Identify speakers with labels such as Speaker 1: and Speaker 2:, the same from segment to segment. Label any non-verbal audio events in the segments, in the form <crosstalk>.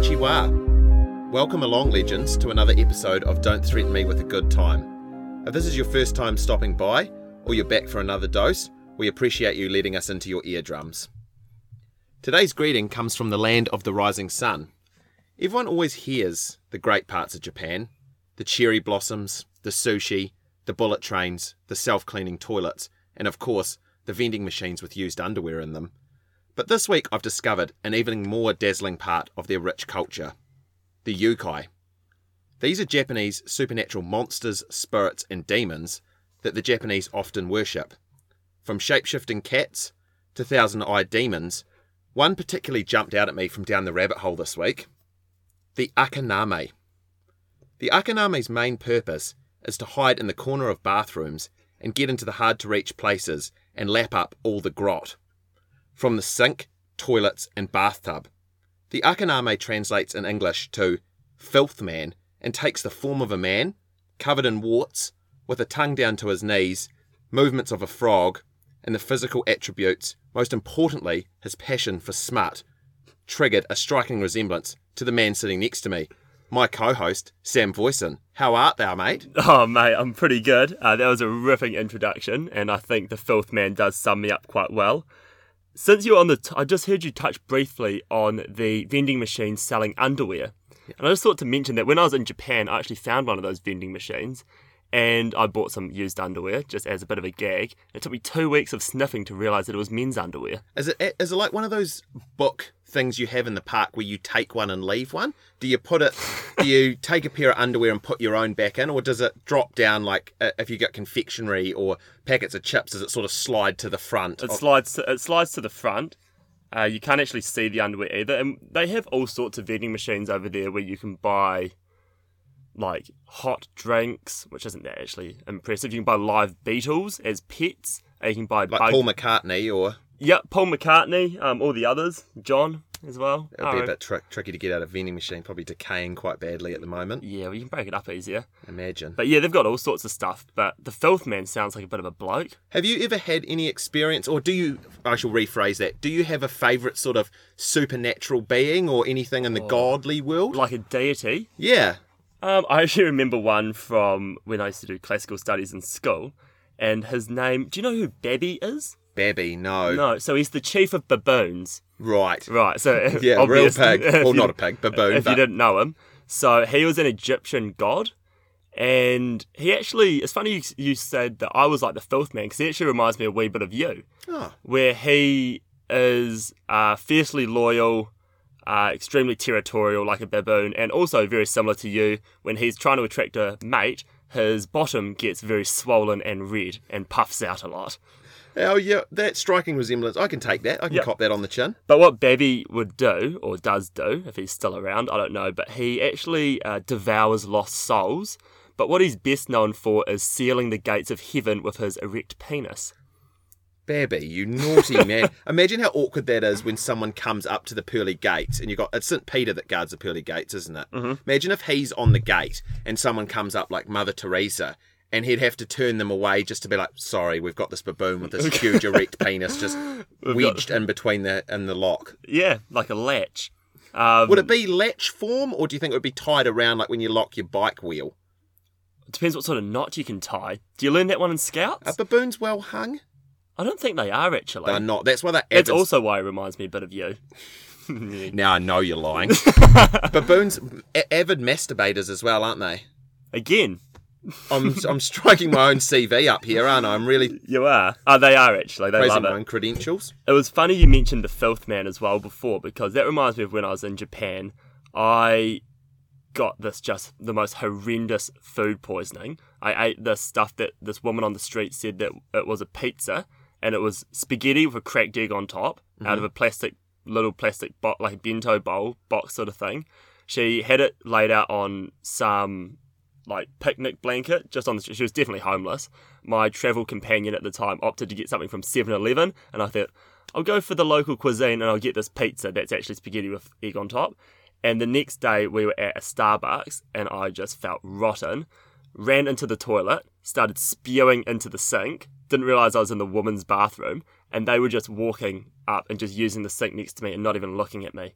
Speaker 1: Konnichiwa. Welcome along, legends, to another episode of Don't Threaten Me with a Good Time. If this is your first time stopping by, or you're back for another dose, we appreciate you letting us into your eardrums. Today's greeting comes from the land of the rising sun. Everyone always hears the great parts of Japan the cherry blossoms, the sushi, the bullet trains, the self cleaning toilets, and of course, the vending machines with used underwear in them. But this week I've discovered an even more dazzling part of their rich culture the yukai. These are Japanese supernatural monsters, spirits, and demons that the Japanese often worship. From shapeshifting cats to thousand eyed demons, one particularly jumped out at me from down the rabbit hole this week the Akaname. The Akaname's main purpose is to hide in the corner of bathrooms and get into the hard to reach places and lap up all the grot from the sink, toilets, and bathtub. The Akaname translates in English to filth man and takes the form of a man, covered in warts, with a tongue down to his knees, movements of a frog, and the physical attributes, most importantly, his passion for smut, triggered a striking resemblance to the man sitting next to me, my co host, Sam Voisin. How art thou, mate?
Speaker 2: <laughs> Oh, mate, I'm pretty good. Uh, that was a riffing introduction, and I think the filth man does sum me up quite well. Since you're on the, t- I just heard you touch briefly on the vending machine selling underwear, and I just thought to mention that when I was in Japan, I actually found one of those vending machines, and I bought some used underwear just as a bit of a gag. It took me two weeks of sniffing to realise that it was men's underwear.
Speaker 1: Is it is it like one of those book things you have in the park where you take one and leave one? Do you put it? do you take a pair of underwear and put your own back in, or does it drop down like uh, if you got confectionery or packets of chips? Does it sort of slide to the front?
Speaker 2: It
Speaker 1: of-
Speaker 2: slides, to, it slides to the front. Uh, you can't actually see the underwear either, and they have all sorts of vending machines over there where you can buy like hot drinks, which isn't that actually impressive. You can buy live beetles as pets. and You can buy
Speaker 1: like
Speaker 2: bug-
Speaker 1: Paul McCartney, or
Speaker 2: Yep, Paul McCartney, um, all the others, John as well.
Speaker 1: it would be
Speaker 2: Arrow.
Speaker 1: a bit tri- tricky to get out of vending machine. Probably decaying quite badly at the moment.
Speaker 2: Yeah, well, you can break it up easier.
Speaker 1: Imagine.
Speaker 2: But yeah, they've got all sorts of stuff. But the filth man sounds like a bit of a bloke.
Speaker 1: Have you ever had any experience, or do you? I shall rephrase that. Do you have a favourite sort of supernatural being or anything in the godly world?
Speaker 2: Like a deity,
Speaker 1: yeah.
Speaker 2: Um, I actually remember one from when I used to do classical studies in school, and his name. Do you know who Babby is?
Speaker 1: Babby, no.
Speaker 2: No, so he's the chief of baboons.
Speaker 1: Right.
Speaker 2: Right, so
Speaker 1: <laughs>
Speaker 2: if-
Speaker 1: Yeah,
Speaker 2: obvious-
Speaker 1: real pig.
Speaker 2: <laughs> if
Speaker 1: Well,
Speaker 2: you-
Speaker 1: not a pig, baboon.
Speaker 2: If
Speaker 1: but
Speaker 2: you didn't know him, so he was an Egyptian god, and he actually. It's funny you, you said that I was like the filth man because he actually reminds me a wee bit of you
Speaker 1: Oh,
Speaker 2: where he is uh, fiercely loyal, uh, extremely territorial, like a baboon, and also very similar to you. When he's trying to attract a mate, his bottom gets very swollen and red and puffs out a lot.
Speaker 1: oh yeah, that striking resemblance. I can take that. I can
Speaker 2: Yep.
Speaker 1: cop that on the chin.
Speaker 2: But what Babby would do, or does do, if he's still around, I don't know, but he actually uh, devours lost souls. But what he's best known for is sealing the gates of heaven with his erect penis.
Speaker 1: Babby, you
Speaker 2: <laughs>
Speaker 1: naughty man. Imagine how awkward that is when someone comes up to the pearly gates and you got it's St. Peter that guards the pearly gates, isn't it?
Speaker 2: Mm-hmm.
Speaker 1: Imagine if he's on the gate and someone comes up like Mother Teresa and he'd have to turn them away just to be like, sorry, we've got this baboon
Speaker 2: <laughs>
Speaker 1: with this huge erect penis just wedged in between the in the lock.
Speaker 2: Yeah, like a latch. Um,
Speaker 1: Would it be latch form or do you think it would be tied around like when you lock your bike wheel?
Speaker 2: It depends what sort of knot you can tie. Do you learn that one in
Speaker 1: Are
Speaker 2: Scouts?
Speaker 1: baboons well hung?
Speaker 2: I don't think they are actually.
Speaker 1: They're not. That's why they're
Speaker 2: That's
Speaker 1: avid-
Speaker 2: also why it reminds me a bit of you.
Speaker 1: Now I know you're
Speaker 2: <laughs>
Speaker 1: lying. Baboons, a- avid masturbators as well, aren't they?
Speaker 2: Again,
Speaker 1: I'm I'm striking my own CV up here, aren't I? I'm really
Speaker 2: you are. Oh, they are actually. They
Speaker 1: praising
Speaker 2: love
Speaker 1: my
Speaker 2: it.
Speaker 1: own credentials.
Speaker 2: It was funny you mentioned the filth man as well before because that reminds me of when I was in Japan. I got this just the most horrendous food poisoning. I ate this stuff that this woman on the street said that it was a pizza and it was spaghetti with a cracked egg on top out of a plastic little plastic bo- like bento bowl box sort of thing. She had it laid out on some like picnic blanket just on the she was definitely homeless. My travel companion at the time opted to get something from 7-Eleven and I thought I'll go for the local cuisine and I'll get this pizza that's actually spaghetti with egg on top. And the next day we were at a Starbucks and I just felt rotten. Ran into the toilet, started spewing into the sink, didn't realize I was in the woman's bathroom, and they were just walking up and just using the sink next to me and not even looking at me.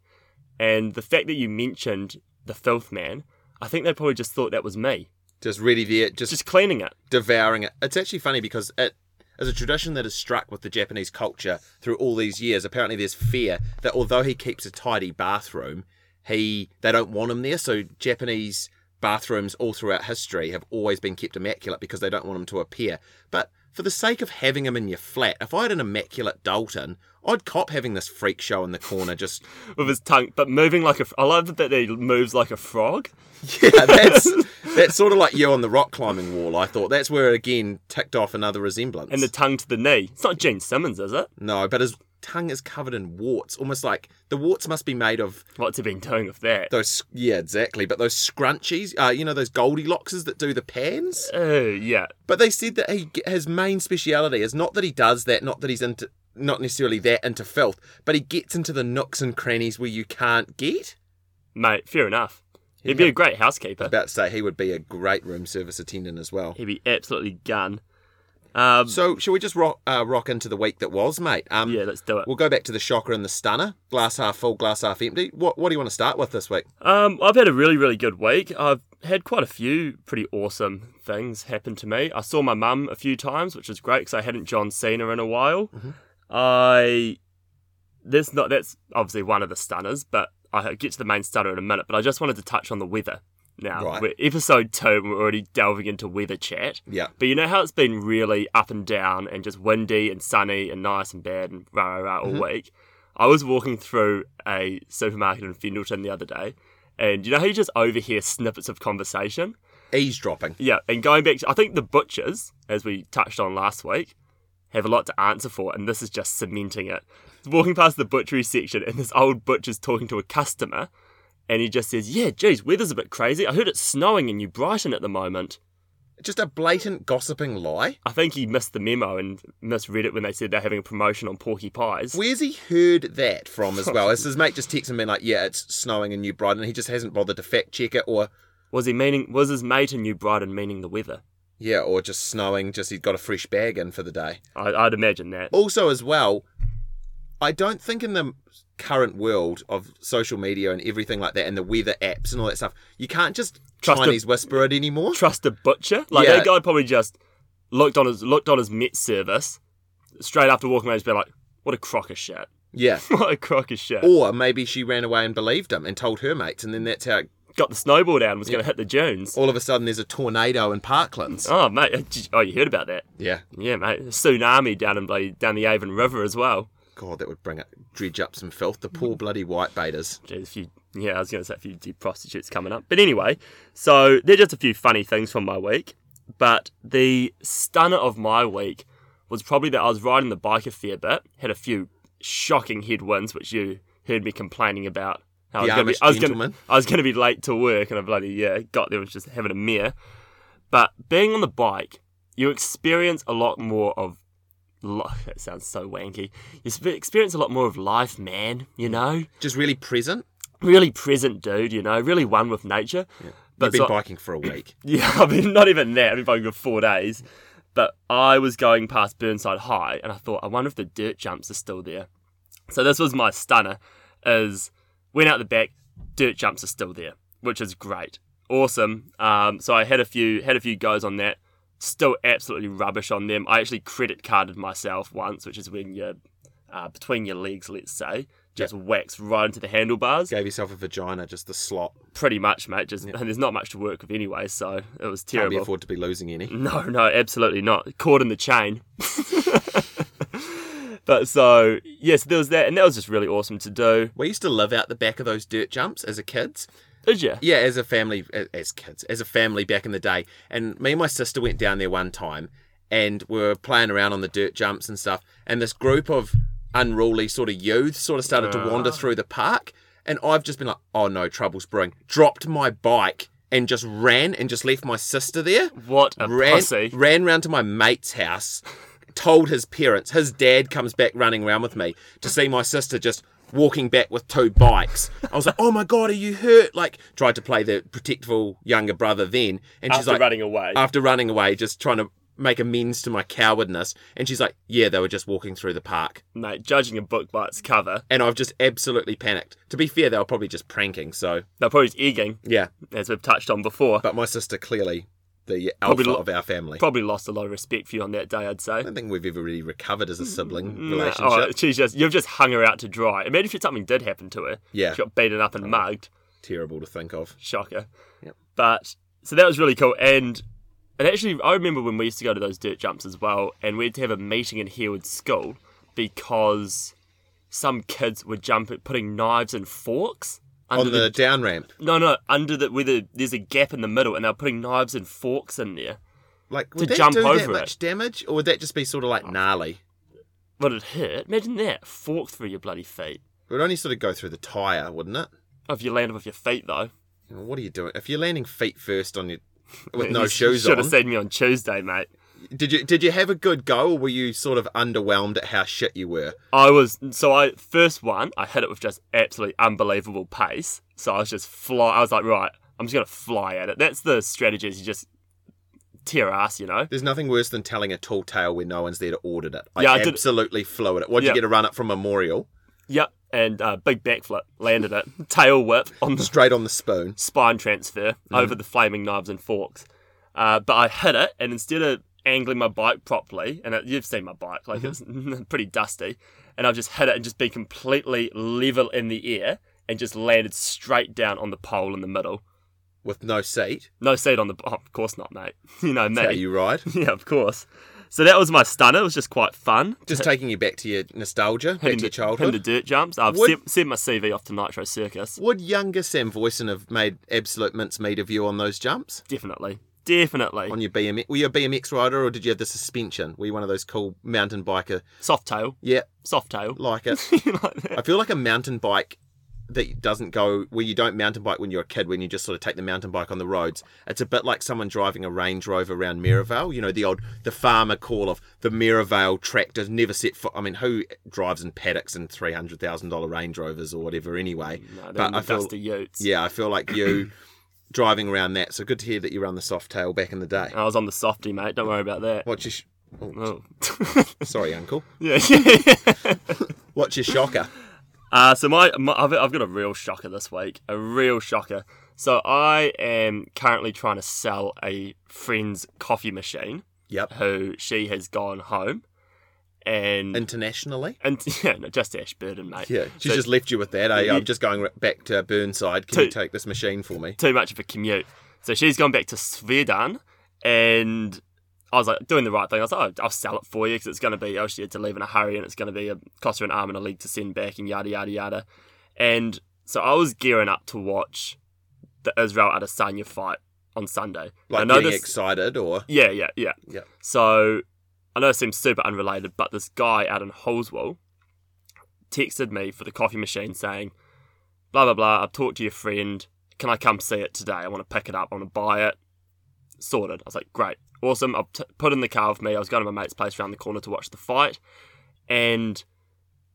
Speaker 2: And the fact that you mentioned the filth man, I think they probably just thought that was me
Speaker 1: Just really there, just,
Speaker 2: just cleaning it.
Speaker 1: devouring it. It's actually funny because it is a tradition that is struck with the Japanese culture through all these years. Apparently, there's fear that although he keeps a tidy bathroom, he they don't want him there. So Japanese bathrooms all throughout history have always been kept immaculate because they don't want him to appear. But for the sake of having him in your flat, if I had an immaculate Dalton, I'd cop having this freak show in the corner just
Speaker 2: <laughs> with his tongue, but moving like a. I love that he moves like a frog.
Speaker 1: Yeah, uh, that's that's sort of like you on the rock climbing wall. I thought that's where it again ticked off another resemblance.
Speaker 2: and the tongue to the knee. It's not Gene Simmons, is it?
Speaker 1: no, but his tongue is covered in warts, almost like the warts must be made of
Speaker 2: What's he been doing with that?
Speaker 1: those. Yeah, exactly. But those scrunchies, uh, you know, those Goldilockses that do the pans.
Speaker 2: Oh yeah,
Speaker 1: But they said that he his main speciality is not that he does that, not that he's into, not necessarily that into filth, but he gets into the nooks and crannies where you can't get.
Speaker 2: mate. Fair enough. He'd be a great housekeeper.
Speaker 1: About to say he would be a great room service attendant as well.
Speaker 2: He'd be absolutely gun. Um,
Speaker 1: So, shall we just rock, uh, rock into the week that was, mate? Um,
Speaker 2: yeah, let's do it.
Speaker 1: We'll go back to the shocker and the stunner. Glass half full, glass half empty. What What do you want to start with this week?
Speaker 2: Um, I've had a really, really good week. I've had quite a few pretty awesome things happen to me. I saw my mum a few times, which is great because I hadn't John Cena in a while. I that's not that's obviously one of the stunners, but I get to the main stunner in a minute. But I just wanted to touch on the weather now.
Speaker 1: Right.
Speaker 2: We're episode two, and we're already delving into weather chat.
Speaker 1: Yeah.
Speaker 2: But you know how it's been really up and down and just windy and sunny and nice and bad and rah rah rah all week. I was walking through a supermarket in Fendleton the other day, and you know how you just overhear snippets of conversation?
Speaker 1: Eavesdropping.
Speaker 2: Yeah, and going back to, I think the butchers, as we touched on last week, have a lot to answer for, and this is just cementing it. Walking past the butchery section, and this old butcher's talking to a customer, and he just says, Yeah, geez, weather's a bit crazy. I heard it's snowing in New Brighton at the moment.
Speaker 1: Just a blatant gossiping lie.
Speaker 2: I think he missed the memo and misread it when they said they're having a promotion on porky pies.
Speaker 1: Where's he heard that from as
Speaker 2: <laughs>
Speaker 1: well? As his mate just texted me like, "Yeah, it's snowing in New Brighton." He just hasn't bothered to fact check it, or
Speaker 2: Was he meaning? Was his mate in New Brighton meaning the weather?
Speaker 1: yeah, or just snowing. Just he's got a fresh bag in for the day.
Speaker 2: I, I'd imagine that.
Speaker 1: Also, as well, I don't think in the current world of social media and everything like that, and the weather apps and all that stuff, you can't just
Speaker 2: Trust a-
Speaker 1: Chinese whisper it anymore.
Speaker 2: Trust a butcher? Like
Speaker 1: Yeah.
Speaker 2: that guy probably just looked on his looked on his Met service straight after walking away and just be like, "What a crock of shit! <laughs>
Speaker 1: Yeah.
Speaker 2: What a crock of shit!"
Speaker 1: Or maybe she ran away and believed him and told her mates, and then that's how
Speaker 2: Got the snowball down, was going to hit the dunes.
Speaker 1: all of a sudden there's a tornado in Parklands.
Speaker 2: Oh mate, did you- oh you heard about that?
Speaker 1: Yeah.
Speaker 2: Yeah mate, tsunami down in bloody- down the Avon River as well.
Speaker 1: God, that would bring it, dredge up some filth. The poor bloody whitebaiters.
Speaker 2: There's a few, yeah, I was going to say a few deep prostitutes coming up. But anyway, so they're just a few funny things from my week. But the stunner of my week was probably that I was riding the bike a fair bit, had a few shocking headwinds, which you heard me complaining about. How
Speaker 1: The
Speaker 2: I was
Speaker 1: Amish
Speaker 2: going to
Speaker 1: gentleman.
Speaker 2: be, I was going to be late to work, and I bloody yeah got there was just having a mare. But being on the bike, you experience a lot more of. Li- <laughs> that sounds so wanky. You sp- experience a lot more of life, man. You know,
Speaker 1: Just really present.
Speaker 2: really present dude, you know, really one with nature.
Speaker 1: You've been
Speaker 2: so-
Speaker 1: biking for a week.
Speaker 2: <laughs> yeah, I mean, not even that. I've been biking for four days. But I was going past Burnside High, and I thought, I wonder if the dirt jumps are still there. So this was my stunner: is went out the back, dirt jumps are still there, which is great, awesome. Um, so I had a few had a few goes on that. Still absolutely rubbish on them. I actually credit carded myself once, which is when you're uh, between your legs, let's say, just whacks right into the handlebars
Speaker 1: Gave yourself a vagina, just the slot.
Speaker 2: pretty much, mate. Just and there's not much to work with anyway, so it was
Speaker 1: Can't be
Speaker 2: terrible.
Speaker 1: afford to be losing any.
Speaker 2: No, no, absolutely not. Caught in the chain. <laughs> but so yes, there was that, and that was just really awesome to do.
Speaker 1: We used to live out the back of those dirt jumps as a kids.
Speaker 2: Did you?
Speaker 1: Yeah, as a family, a- as kids, as a family back in the day. And me and my sister went down there one time and we were playing around on the dirt jumps and stuff. And this group of unruly sort of youth sort of started to wander through the park. And I've just been like, oh no, trouble's brewing. Dropped my bike and just ran and just left my sister there.
Speaker 2: What a
Speaker 1: Ran,
Speaker 2: pussy!
Speaker 1: ran round to my mate's house, told his parents. His dad comes back running around with me to see my sister just walking back with two bikes. I was like, "Oh my god, are you hurt?" Like, tried to play the protectful younger brother then, and she's
Speaker 2: After
Speaker 1: like, uh,
Speaker 2: running away.
Speaker 1: after running away, just trying to make amends to my cowardness. And she's like, yeah, they were just walking through the park.
Speaker 2: Mate, judging a book by its cover,
Speaker 1: And I've just absolutely panicked. To be fair, they were probably just pranking. So,
Speaker 2: they're probably just egging,
Speaker 1: yeah.
Speaker 2: as we've touched on before.
Speaker 1: But my sister, clearly the alpha
Speaker 2: Probably lo-
Speaker 1: of our family.
Speaker 2: probably lost a lot of respect for you on that day, I'd say.
Speaker 1: I don't think we've ever really recovered as a sibling
Speaker 2: Nah,
Speaker 1: relationship.
Speaker 2: oh, she's just you've just hung her out to dry. Imagine if something did happen to her.
Speaker 1: Yeah. Uh,
Speaker 2: She got beaten up and mugged.
Speaker 1: Terrible to think of.
Speaker 2: Shocker.
Speaker 1: Yep.
Speaker 2: But so that was really cool. And and actually I remember when we used to go to those dirt jumps as well and we had to have a meeting in Harewood School because some kids were jumping putting knives and forks under
Speaker 1: On the down ramp,
Speaker 2: no no under the where the, there's a gap in the middle and they're putting knives and forks in there.
Speaker 1: like would
Speaker 2: To
Speaker 1: that
Speaker 2: jump
Speaker 1: do that
Speaker 2: over it. Oh.
Speaker 1: much damage, or would that just be sort of like gnarly?
Speaker 2: But it hurt. Imagine that. Fork through your bloody feet.
Speaker 1: It would only sort of go through the tire, wouldn't it?
Speaker 2: Oh, If you land with your feet though.
Speaker 1: You know, what are you doing? If you're landing feet first on your with
Speaker 2: <laughs> You
Speaker 1: no
Speaker 2: s-
Speaker 1: shoes
Speaker 2: Should
Speaker 1: on,
Speaker 2: have seen me on Tuesday, mate.
Speaker 1: did you did you have a good go, or were you sort of underwhelmed at how shit you were?
Speaker 2: I was so I first one I hit it with just absolutely unbelievable pace. So I was just fly. I was like, right, I'm just gonna fly at it. That's the strategy. Is you just tear ass, you know.
Speaker 1: There's nothing worse than telling a tall tale when no one's there to audit it. I
Speaker 2: Yeah, I did-
Speaker 1: absolutely flew at it. What did
Speaker 2: Yeah.
Speaker 1: you get a run up from Memorial?
Speaker 2: Yep. And uh, big backflip landed it. <laughs> Tail whip on the
Speaker 1: Straight on the spoon.
Speaker 2: spine transfer over the flaming knives and forks. Uh, but I hit it, and instead of angling my bike properly, and it, you've seen my bike, like it's <laughs> pretty dusty, and I've just hit it and just been completely level in the air and just landed straight down on the pole in the middle.
Speaker 1: with no seat.
Speaker 2: No seat on the. Oh, of course not, mate. <laughs> You know
Speaker 1: That's how
Speaker 2: me.
Speaker 1: you
Speaker 2: <laughs>
Speaker 1: ride.
Speaker 2: yeah, of course. So that was my stunner. It was just quite fun.
Speaker 1: Just taking you back to your nostalgia, back to your
Speaker 2: Him
Speaker 1: childhood.
Speaker 2: to dirt jumps. I've
Speaker 1: Would-
Speaker 2: sent, sent my CV off to Nitro Circus.
Speaker 1: Would younger Sam Voisin have made absolute mincemeat of you on those jumps?
Speaker 2: Definitely. Definitely.
Speaker 1: On your BMX? Were you a BMX rider or did you have the suspension? Were you one of those cool mountain biker?
Speaker 2: Soft tail.
Speaker 1: Yeah,
Speaker 2: Soft tail. <laughs>
Speaker 1: like it.
Speaker 2: Like that.
Speaker 1: I feel like a mountain bike that doesn't go where you don't mountain bike when you're a kid, when you just sort of take the mountain bike on the roads. It's a bit like someone driving a Range Rover around Merivale. You know, the old the farmer call of the Merivale tractor never set foot. I mean, who drives in paddocks and three hundred thousand dollar Range Rovers or whatever anyway?
Speaker 2: No, they're in
Speaker 1: but
Speaker 2: the
Speaker 1: I feel
Speaker 2: dusty
Speaker 1: <clears throat>
Speaker 2: utes.
Speaker 1: yeah, I feel like
Speaker 2: <clears throat>
Speaker 1: you driving around that. So good to hear that you run the soft tail back in the day.
Speaker 2: I was on the softy, mate. Don't worry about that.
Speaker 1: What's your sh- oh,
Speaker 2: Oh. <laughs>
Speaker 1: sorry, Uncle?
Speaker 2: yeah.
Speaker 1: What's your shocker?
Speaker 2: uh, so my, my I've, I've got a real shocker this week. A real shocker. So I am currently trying to sell a friend's coffee machine.
Speaker 1: Yep,
Speaker 2: Who she has gone home, and and, <laughs>
Speaker 1: internationally.
Speaker 2: yeah, no, just Ashburton, mate.
Speaker 1: Yeah, she's
Speaker 2: So
Speaker 1: just left you with that. Eh?
Speaker 2: Yeah.
Speaker 1: I'm just going back to Burnside. Can you
Speaker 2: To-
Speaker 1: take this machine for me?
Speaker 2: too much of a commute. So she's gone back to Svedan, and I was like doing the right thing. I was like, oh, I'll sell it for you because it's going to be oh she had to leave in a hurry and it's going to be a cost her an arm and a leg to send back and yada yada yada. And so I was gearing up to watch the Israel Adesanya fight on Sunday. I
Speaker 1: Like
Speaker 2: know
Speaker 1: getting
Speaker 2: this,
Speaker 1: excited or
Speaker 2: <laughs> yeah, yeah, yeah.
Speaker 1: Yeah.
Speaker 2: So I know it seems super unrelated, but this guy out in Holswell texted me for the coffee machine saying, blah, blah, blah, I've talked to your friend. Can I come see it today? I want to pick it up. I want to buy it. Sorted. I was like, great, awesome. I've t- put in the car with me. I was going to my mate's place around the corner to watch the fight. And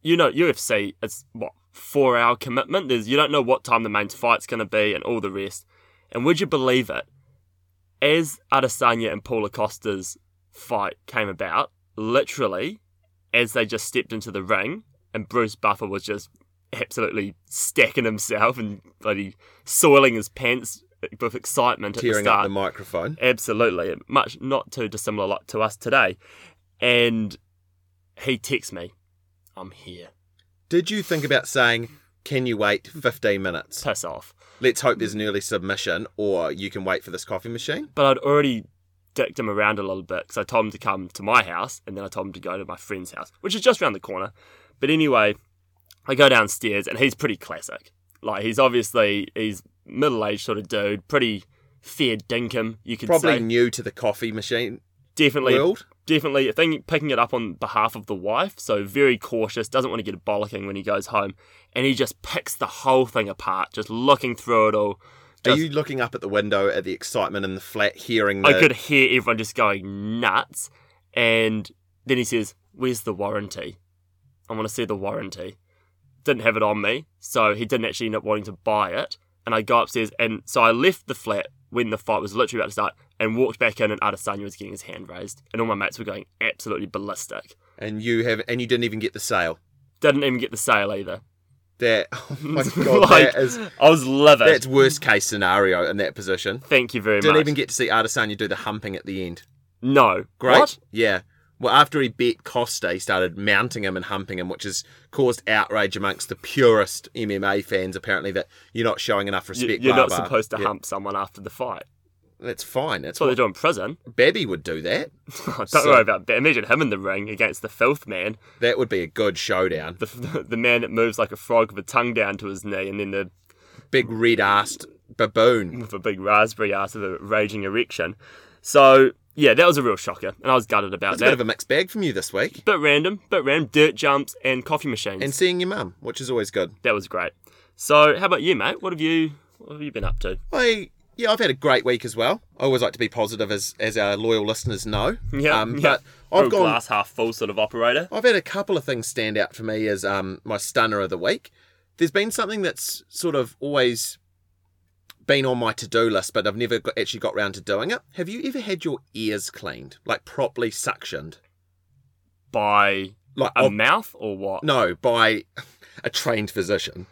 Speaker 2: you know, UFC, it's what, four hour commitment? There's You don't know what time the main fight's going to be and all the rest. And would you believe it? as Adesanya and Paula Costa's fight came about, literally, as they just stepped into the ring, and Bruce Buffer was just absolutely stacking himself and bloody soiling his pants with excitement at the
Speaker 1: tearing
Speaker 2: start.
Speaker 1: up the microphone.
Speaker 2: Absolutely. Much not too dissimilar like to us today. And he texts me, I'm here.
Speaker 1: Did you think about saying, can you wait 15 minutes?
Speaker 2: Piss off.
Speaker 1: Let's hope there's an early submission or you can wait for this coffee machine?
Speaker 2: but I'd already dicked him around a little bit because I told him to come to my house and then I told him to go to my friend's house, which is just around the corner. But anyway, I go downstairs and he's pretty classic. Like he's obviously he's middle aged sort of dude, pretty fair dinkum, you could
Speaker 1: Probably
Speaker 2: say.
Speaker 1: new to the coffee machine
Speaker 2: Definitely
Speaker 1: world.
Speaker 2: definitely a thing picking it up on behalf of the wife, so very cautious, doesn't want to get a bollocking when he goes home. And he just picks the whole thing apart, just looking through it all.
Speaker 1: Are
Speaker 2: Just
Speaker 1: you looking up at the window at the excitement in the flat, hearing the.
Speaker 2: I could hear everyone just going nuts. And then he says, Where's the warranty? I want to see the warranty. Didn't have it on me, so he didn't actually end up wanting to buy it. And I go upstairs, and so I left the flat when the fight was literally about to start and walked back in and Adesanya was getting his hand raised and all my mates were going absolutely ballistic.
Speaker 1: And you have, and you didn't even get the sale.
Speaker 2: Didn't even get the sale either.
Speaker 1: That <laughs> oh
Speaker 2: <laughs>
Speaker 1: my god,
Speaker 2: Like, uh,
Speaker 1: that is
Speaker 2: I was livid.
Speaker 1: that's worst case scenario in that position.
Speaker 2: Thank you very
Speaker 1: Didn't
Speaker 2: much.
Speaker 1: even get to see Adesanya do the humping at the end.
Speaker 2: no.
Speaker 1: Great.
Speaker 2: What?
Speaker 1: Yeah. Well, after he beat Costa, he started mounting him and humping him, which has caused outrage amongst the purest MMA fans. Apparently, that you're not showing enough
Speaker 2: You-
Speaker 1: respect.
Speaker 2: You're
Speaker 1: blah,
Speaker 2: not
Speaker 1: blah.
Speaker 2: supposed to
Speaker 1: Yeah,
Speaker 2: hump someone after the fight.
Speaker 1: That's fine. That's
Speaker 2: That's what
Speaker 1: what
Speaker 2: they do in prison. <laughs>
Speaker 1: Babby would do. That
Speaker 2: Don't
Speaker 1: So-
Speaker 2: worry about that. Imagine him in the ring against the filth man,
Speaker 1: that would be a good showdown.
Speaker 2: the, <laughs> the man that moves like a frog with a tongue down to his knee, and then the
Speaker 1: Big red-assed baboon.
Speaker 2: with a big raspberry ass with a raging erection. So yeah, that was a real shocker, and I was gutted about
Speaker 1: It's a
Speaker 2: that.
Speaker 1: bit of a mixed bag from you this week.
Speaker 2: bit random, bit random. Dirt jumps and coffee machines.
Speaker 1: And seeing your mum, which is always good.
Speaker 2: that was great. So how about you, mate? What have you what have you been up to?
Speaker 1: I yeah, I've had a great week as well. I always like to be positive, as as our loyal listeners know.
Speaker 2: Yeah,
Speaker 1: Um,
Speaker 2: yeah.
Speaker 1: But I've
Speaker 2: Real
Speaker 1: gone.
Speaker 2: glass half full sort of operator.
Speaker 1: I've had a couple of things stand out for me as um, my stunner of the week. There's been something that's sort of always been on my to-do list, but I've never got, actually got round to doing it. Have you ever had your ears cleaned, like properly suctioned,
Speaker 2: By
Speaker 1: like
Speaker 2: a
Speaker 1: of-
Speaker 2: mouth or what?
Speaker 1: no by <laughs> a trained physician?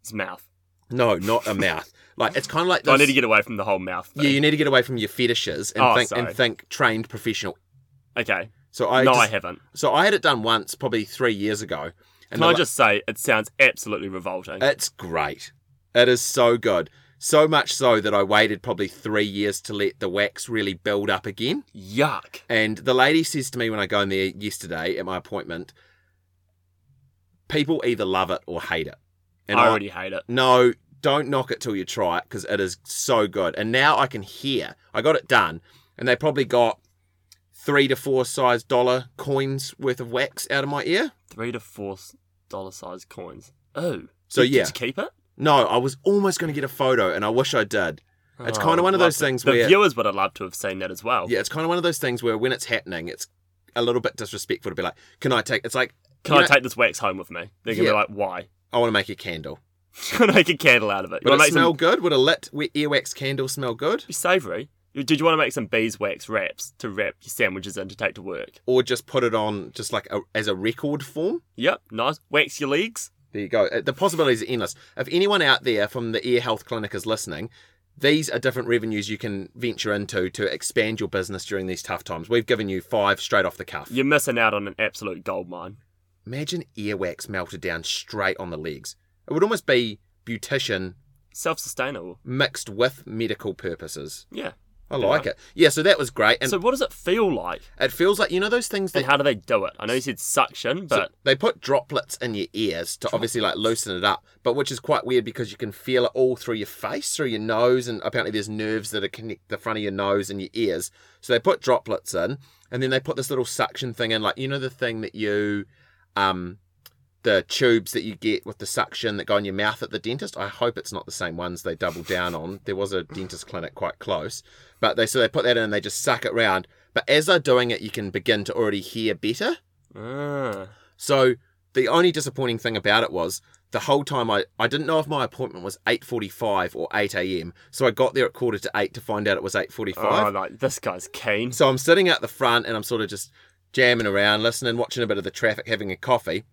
Speaker 2: It's mouth.
Speaker 1: No, not a mouth. Like it's kind of like
Speaker 2: I
Speaker 1: this-
Speaker 2: need to get away from the whole mouth thing.
Speaker 1: Yeah, you need to get away from your fetishes and
Speaker 2: Oh,
Speaker 1: think
Speaker 2: sorry.
Speaker 1: and think trained professional.
Speaker 2: Okay.
Speaker 1: So I
Speaker 2: no,
Speaker 1: just-
Speaker 2: I haven't.
Speaker 1: so I had it done once, probably three years ago.
Speaker 2: Can
Speaker 1: the
Speaker 2: I
Speaker 1: la- Uh,
Speaker 2: just say it sounds absolutely revolting?
Speaker 1: It's great. It is so good. So much so that I waited probably three years to let the wax really build up again.
Speaker 2: Yuck.
Speaker 1: And the lady says to me when I go in there yesterday at my appointment, people either love it or hate it. And
Speaker 2: I
Speaker 1: I-
Speaker 2: already hate it.
Speaker 1: no, don't knock it till you try it because it is so good. And now I can hear. I got it done, and they probably got three to four size dollar coins worth of wax out of my ear.
Speaker 2: Three to four s- dollar size coins. Oh.
Speaker 1: So,
Speaker 2: Did-
Speaker 1: yeah.
Speaker 2: Did you keep it?
Speaker 1: No, I was almost going to get a photo, and I wish I did. It's kinda one of those
Speaker 2: lovely.
Speaker 1: things
Speaker 2: Oh, the
Speaker 1: where-
Speaker 2: viewers would have loved to have seen that as well.
Speaker 1: Yeah, it's kind of one of those things where when it's happening, it's a little bit disrespectful to be like, "Can I take?" It's like
Speaker 2: Can
Speaker 1: you
Speaker 2: I
Speaker 1: know-
Speaker 2: take this wax home with me? They're gonna
Speaker 1: Yeah.
Speaker 2: be like, why? <laughs>
Speaker 1: I want to make a candle.
Speaker 2: Can I make a candle out of it? You
Speaker 1: Would
Speaker 2: wanna
Speaker 1: it
Speaker 2: make
Speaker 1: smell
Speaker 2: some
Speaker 1: good? Would a lit we- earwax candle smell good,
Speaker 2: be savoury? Did you want to make some beeswax wraps to wrap your sandwiches in to take to work?
Speaker 1: or just put it on just like a, as a record form?
Speaker 2: Yep, nice. Wax your legs.
Speaker 1: There you go. Uh, The possibilities are endless. If anyone out there from the ear health clinic is listening, these are different revenues you can venture into to expand your business during these tough times. We've given you five straight off the cuff.
Speaker 2: You're missing out on an absolute gold mine.
Speaker 1: Imagine earwax melted down straight on the legs. It would almost be beautician
Speaker 2: Self sustainable.
Speaker 1: mixed with medical purposes.
Speaker 2: Yeah.
Speaker 1: I like it. Yeah, so that was great. And
Speaker 2: so what does it feel like?
Speaker 1: it feels like, you know, those things
Speaker 2: And
Speaker 1: that
Speaker 2: how do they do it? I know you said suction, but
Speaker 1: they put droplets in your ears to obviously like loosen it up, but which is quite weird because you can feel it all through your face, through your nose, and apparently there's nerves that are connect the front of your nose and your ears. So they put droplets in, and then they put this little suction thing in, like you know the thing that you, um, the tubes that you get with the suction that go in your mouth at the dentist. I hope it's not the same ones they double down on. There was a dentist clinic quite close, but they so they put that in and they just suck it round. But as they're doing it, you can begin to already hear better.
Speaker 2: Ah.
Speaker 1: So the only disappointing thing about it was the whole time I, I didn't know if my appointment was 8.45 or 8 a.m. So I got there at quarter to 8 to find out it was 8.45.
Speaker 2: Oh, like this guy's keen.
Speaker 1: So I'm sitting out the front and I'm sort of just jamming around, listening, watching a bit of the traffic, having a coffee.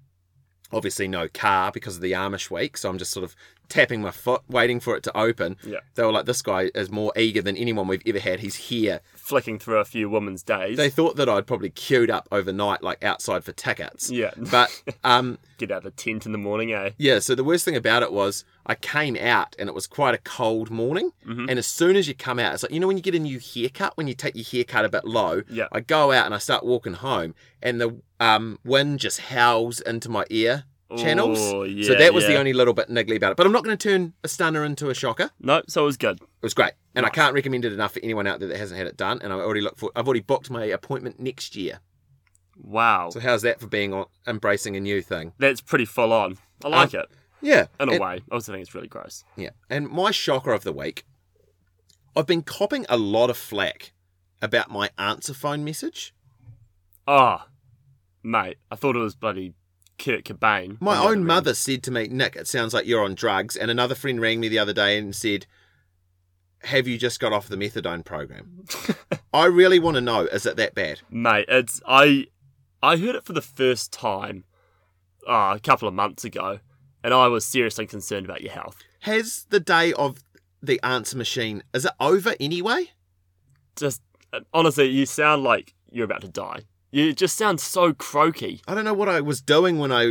Speaker 1: Obviously no car because of the Amish week. So I'm just sort of tapping my foot, waiting for it to open.
Speaker 2: Yeah.
Speaker 1: They were like, this guy is more eager than anyone we've ever had. He's here.
Speaker 2: Flicking through a few women's days.
Speaker 1: They thought that I'd probably queued up overnight, like outside for tickets. <laughs>
Speaker 2: yeah. <laughs>
Speaker 1: But um,
Speaker 2: Get out of the tent in the morning, eh?
Speaker 1: Yeah, so the worst thing about it was I came out and it was quite a cold morning.
Speaker 2: Mm-hmm.
Speaker 1: And as soon as you come out, it's like, you know, when you get a new haircut, when you take your haircut a bit low,
Speaker 2: Yeah.
Speaker 1: I go out and I start walking home and the um, wind just howls into my ear channels.
Speaker 2: Oh, yeah,
Speaker 1: so that was the
Speaker 2: yeah.
Speaker 1: only little bit niggly about it. But I'm not going to turn a stunner into a shocker.
Speaker 2: No, so it was good.
Speaker 1: It was great. And I can't recommend it enough for anyone out there that hasn't had it done. And I already look for, I've already booked my appointment next year.
Speaker 2: Wow.
Speaker 1: So how's that for being on, embracing a new thing?
Speaker 2: That's pretty full on. I like
Speaker 1: Um,
Speaker 2: it.
Speaker 1: Yeah.
Speaker 2: In a
Speaker 1: And-
Speaker 2: way. I also think it's really gross.
Speaker 1: Yeah. And my shocker of the week I've been copping a lot of flack about my answer phone message.
Speaker 2: Ah, mate. I thought it was bloody Kurt Cobain.
Speaker 1: My
Speaker 2: on the other
Speaker 1: own
Speaker 2: end.
Speaker 1: mother said to me, Nick, it sounds like you're on drugs. And another friend rang me the other day and said, have you just got off the methadone program? I really want to know, is it that bad?
Speaker 2: mate. It's I, I heard it for the first time uh, a couple of months ago, and I was seriously concerned about your health.
Speaker 1: Has the day of the answer machine, is it over anyway?
Speaker 2: Just honestly, you sound like you're about to die. You just sound so croaky.
Speaker 1: I don't know what I was doing when I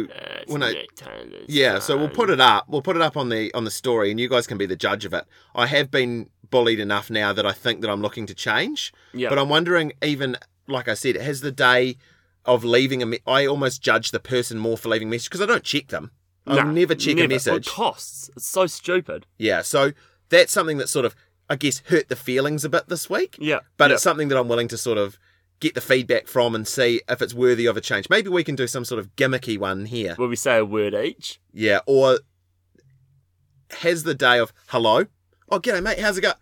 Speaker 2: It's
Speaker 1: When I-
Speaker 2: ridiculous.
Speaker 1: Yeah, so we'll put it up. We'll put it up on the on the story, and you guys can be the judge of it. I have been bullied enough now that I think that I'm looking to change.
Speaker 2: Yeah.
Speaker 1: But I'm wondering, even like I said, has the day of leaving a me- I almost judge the person more for leaving a message because I don't check them. I'll
Speaker 2: Nah,
Speaker 1: never check a
Speaker 2: never.
Speaker 1: message.
Speaker 2: It costs. It's so stupid.
Speaker 1: yeah, so that's something that sort of I guess hurt the feelings a bit this week.
Speaker 2: Yeah,
Speaker 1: But
Speaker 2: yeah.
Speaker 1: it's something that I'm willing to sort of get the feedback from and see if it's worthy of a change. Maybe we can do some sort of gimmicky one here.
Speaker 2: where we say a word each.
Speaker 1: Yeah, or has the day of hello? Oh, g'day, mate. How's it go?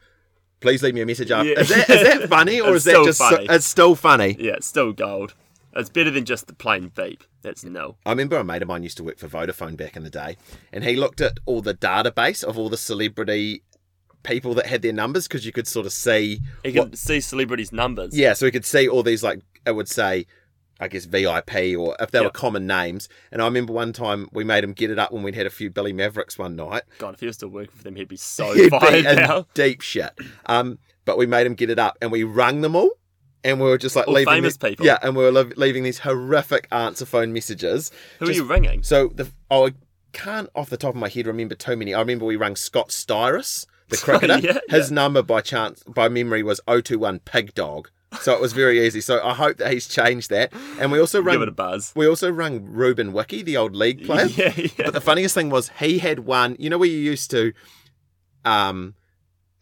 Speaker 1: Please leave me a message after.
Speaker 2: Yeah.
Speaker 1: Is, that, is that
Speaker 2: <laughs>
Speaker 1: funny or
Speaker 2: It's
Speaker 1: is that
Speaker 2: still
Speaker 1: just so-
Speaker 2: funny.
Speaker 1: it's still funny?
Speaker 2: Yeah, it's still gold. It's better than just the plain beep. That's no.
Speaker 1: I remember a mate of mine used to work for Vodafone back in the day, and he looked at all the database of all the celebrity people that had their numbers because you could sort of see.
Speaker 2: You can see celebrities' numbers.
Speaker 1: Yeah, so he could see all these like it would say, I guess VIP or if they
Speaker 2: Yeah.
Speaker 1: were common names. And I remember one time we made him get it up when we'd had a few Billy Mavericks one night,
Speaker 2: God, if he was still working for them, he'd be
Speaker 1: <laughs>
Speaker 2: so
Speaker 1: He'd be
Speaker 2: Oh, fired
Speaker 1: in
Speaker 2: now.
Speaker 1: deep shit. Um, but we made him get it up, and we rung them all, and we were just like
Speaker 2: All
Speaker 1: leaving
Speaker 2: famous
Speaker 1: the-
Speaker 2: people.
Speaker 1: Yeah, and we were lev- leaving these horrific answer phone messages.
Speaker 2: Who
Speaker 1: Just-
Speaker 2: are you ringing?
Speaker 1: So the oh, I can't off the top of my head remember too many. I remember we rang Scott Styrus,
Speaker 2: <laughs>
Speaker 1: the cricketer.
Speaker 2: Oh, Yeah,
Speaker 1: His number by chance by memory was 021 Pig Dog. So it was very easy. So I hope that he's changed that. And we also
Speaker 2: Give it
Speaker 1: rang
Speaker 2: a buzz.
Speaker 1: we also rang Ruben Wiki, the old league
Speaker 2: <laughs>
Speaker 1: player.
Speaker 2: Yeah, yeah.
Speaker 1: But the funniest thing was he had one. You know where you used to, um,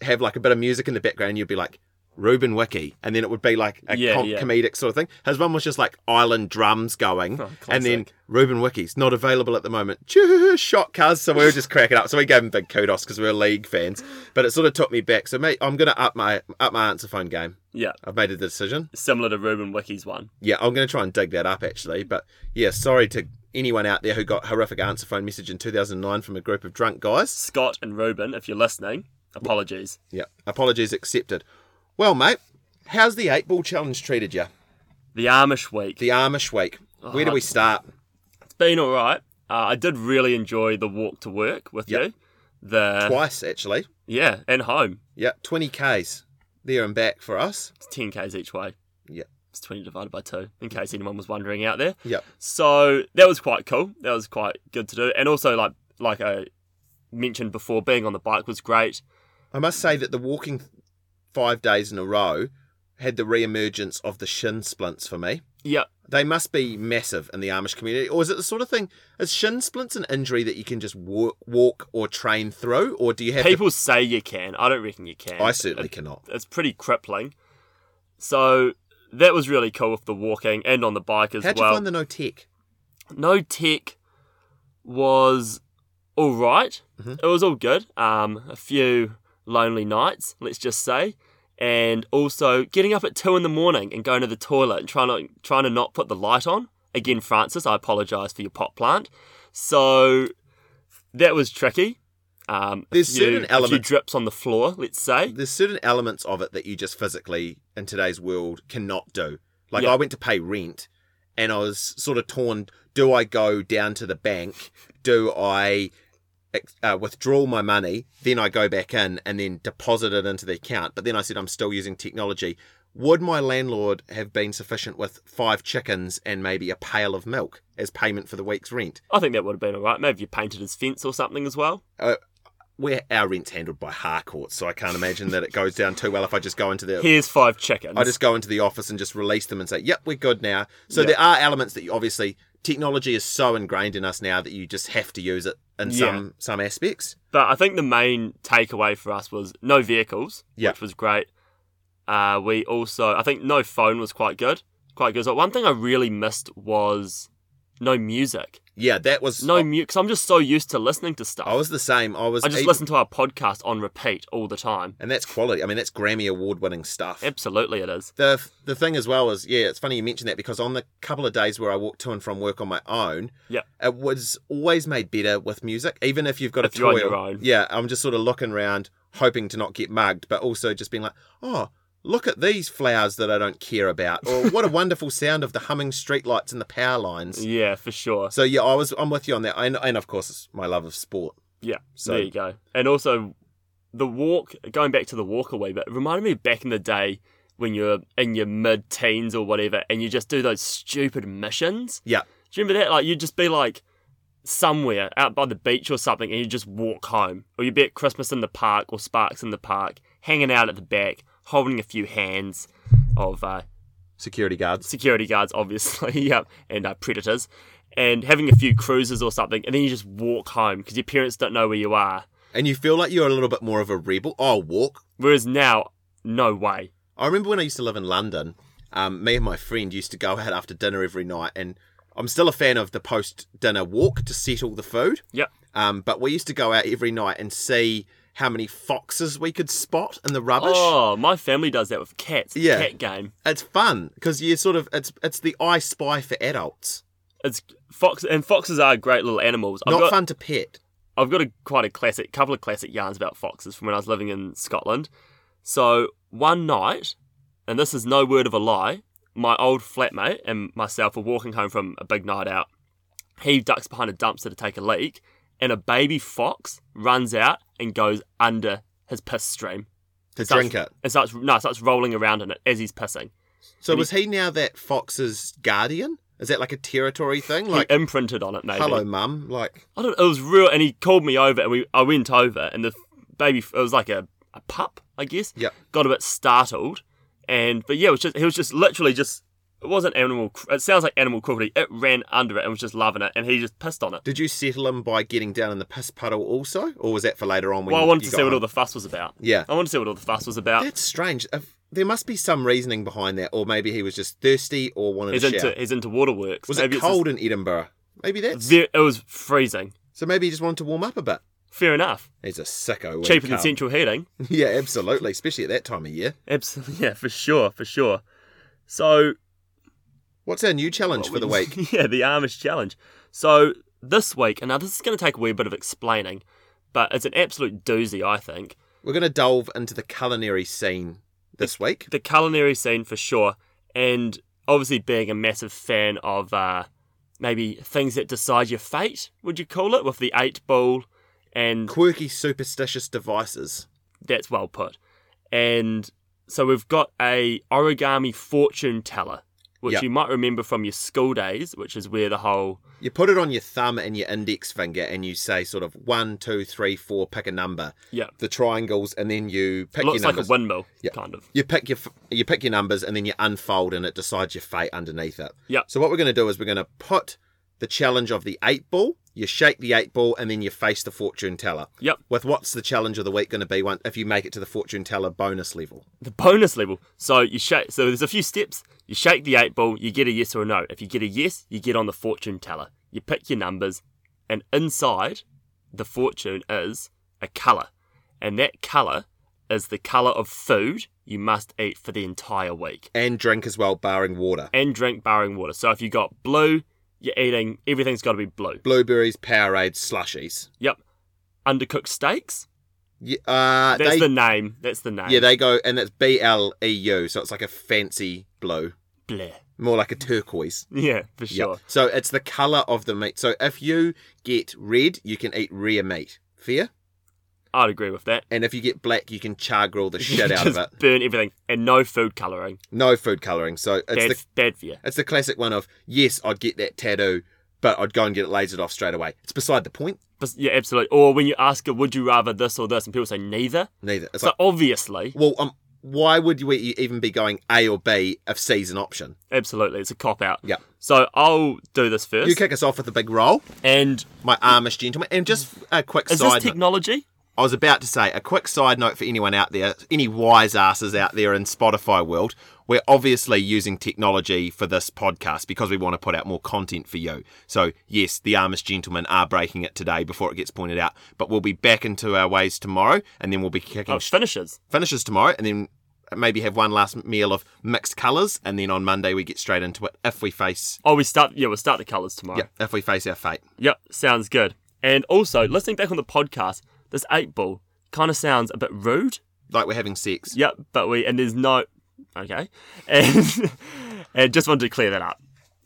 Speaker 1: have like a bit of music in the background. You'd be like Ruben Wiki, and then it would be like a
Speaker 2: Yeah,
Speaker 1: com-
Speaker 2: yeah.
Speaker 1: comedic sort of thing. His one was just like island drums going,
Speaker 2: <laughs> Oh,
Speaker 1: and then
Speaker 2: classic.
Speaker 1: Ruben Wiki's not available at the moment. Choo-hoo-hoo, Shot cuz. So we were just cracking up. So we gave him big kudos because we were league fans. But it sort of took me back. So mate, I'm gonna up my up my answer phone game.
Speaker 2: yeah,
Speaker 1: I've made a decision.
Speaker 2: similar to Ruben Wicky's one.
Speaker 1: Yeah, I'm going to try and dig that up actually. But yeah, sorry to anyone out there who got horrific answer phone message in 2009 from a group of drunk guys.
Speaker 2: Scott and Ruben, if you're listening, apologies.
Speaker 1: Yeah, apologies accepted. Well, mate, how's the eight ball challenge treated you?
Speaker 2: The Amish week.
Speaker 1: The Amish week. Where do we start?
Speaker 2: it's been all right. Uh, I did really enjoy the walk to work with
Speaker 1: Yep.
Speaker 2: you. The
Speaker 1: Twice actually.
Speaker 2: yeah, and home.
Speaker 1: Yeah, 20 k's there and back for us.
Speaker 2: It's ten k's each way.
Speaker 1: Yep.
Speaker 2: It's twenty divided by two. In case anyone was wondering out there.
Speaker 1: Yep.
Speaker 2: So that was quite cool. That was quite good to do. And also, like like I mentioned before, being on the bike was great.
Speaker 1: I must say that the walking five days in a row had the re-emergence of the shin splints for me.
Speaker 2: Yeah,
Speaker 1: They must be massive in the Amish community, or is it the sort of thing? Is shin splints an injury that you can just walk, walk or train through, or do you have?
Speaker 2: people say you can. I don't reckon you can.
Speaker 1: to, I certainly cannot.
Speaker 2: it's pretty crippling. So that was really cool with the walking and on the bike as
Speaker 1: How'd you
Speaker 2: well.
Speaker 1: find the no tech?
Speaker 2: no tech was all right.
Speaker 1: Mm-hmm.
Speaker 2: It was all good. Um, a few lonely nights, let's just say, and also getting up at two in the morning and going to the toilet and trying to trying to not put the light on. Again, Francis, I apologise for your pot plant. So that was tricky. Um, a
Speaker 1: There's
Speaker 2: few-
Speaker 1: certain
Speaker 2: a few
Speaker 1: elements-
Speaker 2: drips on the floor, let's say.
Speaker 1: There's certain elements of it that you just physically in today's world cannot do. Like
Speaker 2: Yeah.
Speaker 1: I went to pay rent, and I was sort of torn. Do I go down to the bank? Do I uh, withdraw my money? Then I go back in and then deposit it into the account. But then I said I'm still using technology. Would my landlord have been sufficient with five chickens and maybe a pail of milk as payment for the week's rent?
Speaker 2: I think that would have been all right. Maybe you painted his fence or something as well.
Speaker 1: Where our rent's handled by Harcourt, so I can't imagine that it goes down too well if I just go into the
Speaker 2: Here's five chickens.
Speaker 1: I just go into the office and just release them and say, "Yep, we're good now." So
Speaker 2: Yeah.
Speaker 1: there are elements that you obviously technology is so ingrained in us now that you just have to use it in
Speaker 2: Yeah.
Speaker 1: some some aspects.
Speaker 2: But I think the main takeaway for us was no vehicles,
Speaker 1: Yeah.
Speaker 2: which was great. Uh, we also, I think, no phone was quite good. Quite good. So one thing I really missed was no music.
Speaker 1: Yeah, that was
Speaker 2: No
Speaker 1: I,
Speaker 2: music. Because I'm just so used to listening to stuff.
Speaker 1: I was the same. I was
Speaker 2: I just
Speaker 1: even-
Speaker 2: listen to our podcast on repeat all the time.
Speaker 1: and that's quality. I mean, that's Grammy award winning stuff.
Speaker 2: Absolutely, it is.
Speaker 1: The the thing as well is, yeah, it's funny you mentioned that because on the couple of days where I walked to and from work on my own,
Speaker 2: Yeah.
Speaker 1: it was always made better with music. Even if you've got
Speaker 2: If
Speaker 1: a
Speaker 2: you're on
Speaker 1: toy,
Speaker 2: your own.
Speaker 1: yeah, I'm just sort of looking around. hoping to not get mugged, but also just being like, oh, look at these flowers that I don't care about,
Speaker 2: <laughs>
Speaker 1: or what a wonderful sound of the humming streetlights and the power lines.
Speaker 2: Yeah, for sure.
Speaker 1: So yeah, I was I'm with you on that, and, and of course it's my love of sport.
Speaker 2: Yeah,
Speaker 1: So-
Speaker 2: there you go. And also, the walk, going back to the walk away, but it reminded me back in the day when you're in your mid teens or whatever, and you just do those stupid missions.
Speaker 1: Yeah,
Speaker 2: Do you remember that? Like, you'd just be like somewhere out by the beach or something, and you just walk home. Or you'd be at Christmas in the park or Sparks in the park, hanging out at the back, holding a few hands of uh,
Speaker 1: security guards.
Speaker 2: security guards, <laughs> obviously, yep, and uh, predators, and having a few cruises or something, and then you just walk home because your parents don't know where you are.
Speaker 1: And you feel like you're a little bit more of a rebel. Oh, walk.
Speaker 2: Whereas now, no way.
Speaker 1: I remember when I used to live in London, um, me and my friend used to go out after dinner every night, and I'm still a fan of the post dinner walk to settle the food.
Speaker 2: Yep.
Speaker 1: Um, but we used to go out every night and see how many foxes we could spot in the rubbish.
Speaker 2: Oh, my family does that with cats.
Speaker 1: Yeah.
Speaker 2: Cat game.
Speaker 1: It's fun because you sort of it's it's the I Spy for adults.
Speaker 2: It's fox and foxes are great little animals. I've
Speaker 1: Not
Speaker 2: got
Speaker 1: fun to pet.
Speaker 2: I've got a quite a classic couple of classic yarns about foxes from when I was living in Scotland. So one night, and this is no word of a lie, my old flatmate and myself were walking home from a big night out. He ducks behind a dumpster to take a leak, and a baby fox runs out and goes under his piss stream.
Speaker 1: To
Speaker 2: Starts-
Speaker 1: drink it.
Speaker 2: And starts no, starts rolling around in it as he's pissing.
Speaker 1: So was he now that fox's guardian? Is that like a territory thing? Like
Speaker 2: he imprinted on it, maybe.
Speaker 1: hello mum, like
Speaker 2: I don't. It was real, and he called me over, and we I went over, and the baby it was like a, a pup, I guess.
Speaker 1: Yep.
Speaker 2: Got a bit startled, and but yeah, it was just he was just literally just it wasn't animal. cr- It sounds like animal cruelty. It ran under it and was just loving it, and he just pissed on it.
Speaker 1: did you settle him by getting down in the piss puddle also? Or was that for later on when
Speaker 2: Well, I
Speaker 1: you-
Speaker 2: wanted
Speaker 1: you got
Speaker 2: to see what
Speaker 1: home?
Speaker 2: all the fuss was about.
Speaker 1: Yeah.
Speaker 2: I wanted to see what all the fuss was about.
Speaker 1: That's strange. If- There must be some reasoning behind that, or maybe he was just thirsty or wanted
Speaker 2: He's
Speaker 1: to shower.
Speaker 2: into he's into waterworks.
Speaker 1: Was
Speaker 2: Maybe
Speaker 1: it
Speaker 2: it's just-
Speaker 1: cold in Edinburgh? Maybe that's
Speaker 2: There, it was freezing.
Speaker 1: so. Maybe he just wanted to warm up a bit.
Speaker 2: Fair enough.
Speaker 1: He's a sicko. when he
Speaker 2: Cheaper than
Speaker 1: come.
Speaker 2: central heating.
Speaker 1: <laughs> Yeah, absolutely. Especially at that time of year.
Speaker 2: Absolutely. <laughs> Yeah, for sure, for sure. So
Speaker 1: What's our new challenge for the week?
Speaker 2: <laughs> yeah, the Amish challenge. So this week, and now this is going to take a wee bit of explaining, but it's an absolute doozy, I think.
Speaker 1: We're going to delve into the culinary scene this week.
Speaker 2: The culinary scene for sure, and obviously being a massive fan of uh, maybe things that decide your fate, would you call it, with the eight ball, and
Speaker 1: Quirky, superstitious devices.
Speaker 2: that's well put. And so we've got a origami fortune teller, which
Speaker 1: Yep.
Speaker 2: you might remember from your school days, which is where the whole
Speaker 1: You put it on your thumb and your index finger, and you say sort of one, two, three, four. Pick a number.
Speaker 2: yeah
Speaker 1: The triangles, and then you pick
Speaker 2: looks
Speaker 1: your
Speaker 2: like a
Speaker 1: numbers.
Speaker 2: windmill,
Speaker 1: Yep.
Speaker 2: kind of.
Speaker 1: you pick your f- you pick your numbers, and then you unfold, and it decides your fate underneath it.
Speaker 2: Yep.
Speaker 1: So what we're going to do is we're going to put the challenge of the eight ball. You shake the eight ball, and then you face the fortune teller.
Speaker 2: Yep.
Speaker 1: With what's the challenge of the week going to be? One, if you make it to the fortune teller bonus level.
Speaker 2: the bonus level. So you shake. So there's a few steps. You shake the eight ball. You get a yes or a no. If you get a yes, you get on the fortune teller. You pick your numbers, and inside the fortune is a color, and that color is the color of food you must eat for the entire week
Speaker 1: and drink as well, barring water.
Speaker 2: and drink, barring water. So if you got blue, you're eating everything's got to be blue.
Speaker 1: Blueberries, Powerade, slushies.
Speaker 2: Yep. Undercooked steaks.
Speaker 1: Yeah, uh,
Speaker 2: That's
Speaker 1: they,
Speaker 2: the name. That's the name.
Speaker 1: yeah, they go, and it's B L E U, so it's like a fancy blue,
Speaker 2: Blair.
Speaker 1: more like a turquoise.
Speaker 2: <laughs> Yeah, for
Speaker 1: Yeah.
Speaker 2: sure.
Speaker 1: So it's the colour of the meat. So if you get red, you can eat rare meat. Fair?
Speaker 2: I'd agree with that.
Speaker 1: And if you get black, you can char grill
Speaker 2: <laughs>
Speaker 1: the shit out of
Speaker 2: Just
Speaker 1: it.
Speaker 2: Burn everything and no food coloring.
Speaker 1: No food colouring. So it's
Speaker 2: bad,
Speaker 1: the
Speaker 2: bad for you.
Speaker 1: it's the classic one of yes, I'd get that tattoo, but I'd go and get it lasered off straight away. It's beside the point.
Speaker 2: But yeah, absolutely. Or when you ask, her, would you rather this or this, and people say neither.
Speaker 1: Neither. It's
Speaker 2: So
Speaker 1: like,
Speaker 2: obviously,
Speaker 1: well, um, why would we even be going A or B if C's an option?
Speaker 2: absolutely, it's a cop out.
Speaker 1: Yeah.
Speaker 2: So I'll do this first.
Speaker 1: You kick us off with a big roll,
Speaker 2: and
Speaker 1: my Amish gentleman. And just a quick
Speaker 2: is
Speaker 1: side
Speaker 2: this technology?
Speaker 1: note. I was about to say, a quick side note for anyone out there, any wise asses out there in Spotify world, we're obviously using technology for this podcast because we want to put out more content for you. So, yes, the Amish gentlemen are breaking it today before it gets pointed out, but we'll be back into our ways tomorrow and then we'll be kicking
Speaker 2: Oh,
Speaker 1: sh-
Speaker 2: finishes.
Speaker 1: finishes tomorrow and then maybe have one last meal of mixed colours and then on Monday we get straight into it if we face
Speaker 2: Oh, we start. Yeah, we'll start the colours tomorrow.
Speaker 1: yeah, if we face our fate.
Speaker 2: Yep, sounds good. And also, listening back on the podcast, this eight ball kind of sounds a bit rude.
Speaker 1: Like we're having sex.
Speaker 2: Yep, but we and there's no okay, <laughs> and and just wanted to clear that up.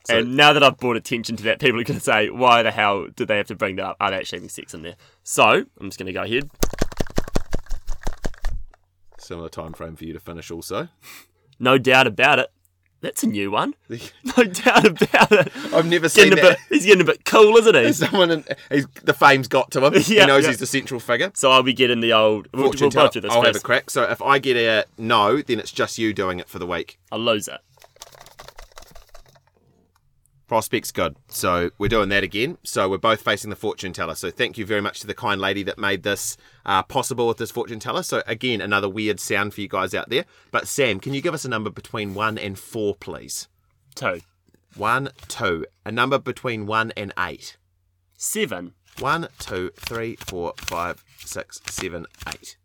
Speaker 1: So-
Speaker 2: and now that I've brought attention to that, people are going to say, "Why the hell did they have to bring that up? Are they actually having sex in there?" So I'm just going to go ahead.
Speaker 1: Similar time frame for you to finish also. <laughs>
Speaker 2: No doubt about it. That's a new one. <laughs> No doubt about it.
Speaker 1: I've never seen
Speaker 2: Getting a
Speaker 1: that.
Speaker 2: bit, he's getting a bit cool,
Speaker 1: <laughs>
Speaker 2: isn't he?
Speaker 1: Someone in, he's, the fame's got to him. he
Speaker 2: Yeah,
Speaker 1: knows
Speaker 2: yeah.
Speaker 1: he's the central figure.
Speaker 2: So I'll be getting the old. We'll,
Speaker 1: Fortune
Speaker 2: we'll both do
Speaker 1: teller.
Speaker 2: this
Speaker 1: I'll have a
Speaker 2: first.
Speaker 1: crack. So if I get a no, then it's just you doing it for the week.
Speaker 2: I'll lose it.
Speaker 1: Prospect's good. So we're doing that again. So we're both facing the fortune teller. So thank you very much to the kind lady that made this uh, possible with this fortune teller. So again, another weird sound for you guys out there. But Sam, can you give us a number between one and four, please?
Speaker 2: Two,
Speaker 1: One, two. A number between one and eight.
Speaker 2: seven,
Speaker 1: One, two, three, four, five, six, seven, eight.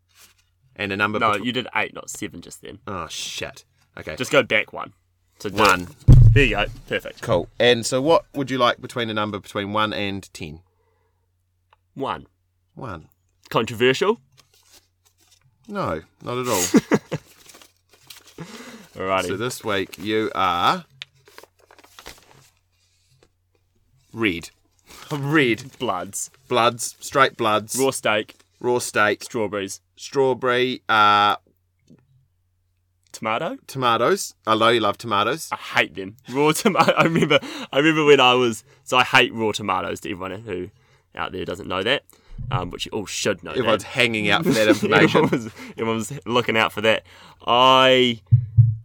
Speaker 1: And a number.
Speaker 2: No,
Speaker 1: betw-
Speaker 2: you did eight, not seven just then.
Speaker 1: oh shit. Okay.
Speaker 2: Just go back one. To do it.
Speaker 1: one.
Speaker 2: There you go. Perfect.
Speaker 1: Cool. And so, what would you like between a number between one and ten?
Speaker 2: One.
Speaker 1: One.
Speaker 2: Controversial.
Speaker 1: No, not at all.
Speaker 2: <laughs> Alrighty.
Speaker 1: so this week you are red, <laughs> red
Speaker 2: Bloods.
Speaker 1: bloods, straight bloods, raw,
Speaker 2: Raw steak.
Speaker 1: steak,
Speaker 2: Strawberries.
Speaker 1: strawberry, uh,
Speaker 2: Tomato.
Speaker 1: tomatoes. I know you love tomatoes.
Speaker 2: I hate them. Raw tomato. <laughs> I remember. I remember when I was. So I hate raw tomatoes. To everyone who out there doesn't know that, um, which you all should know.
Speaker 1: Everyone's
Speaker 2: that.
Speaker 1: hanging out for
Speaker 2: <laughs>
Speaker 1: that
Speaker 2: everyone
Speaker 1: information.
Speaker 2: was everyone was looking out for that. I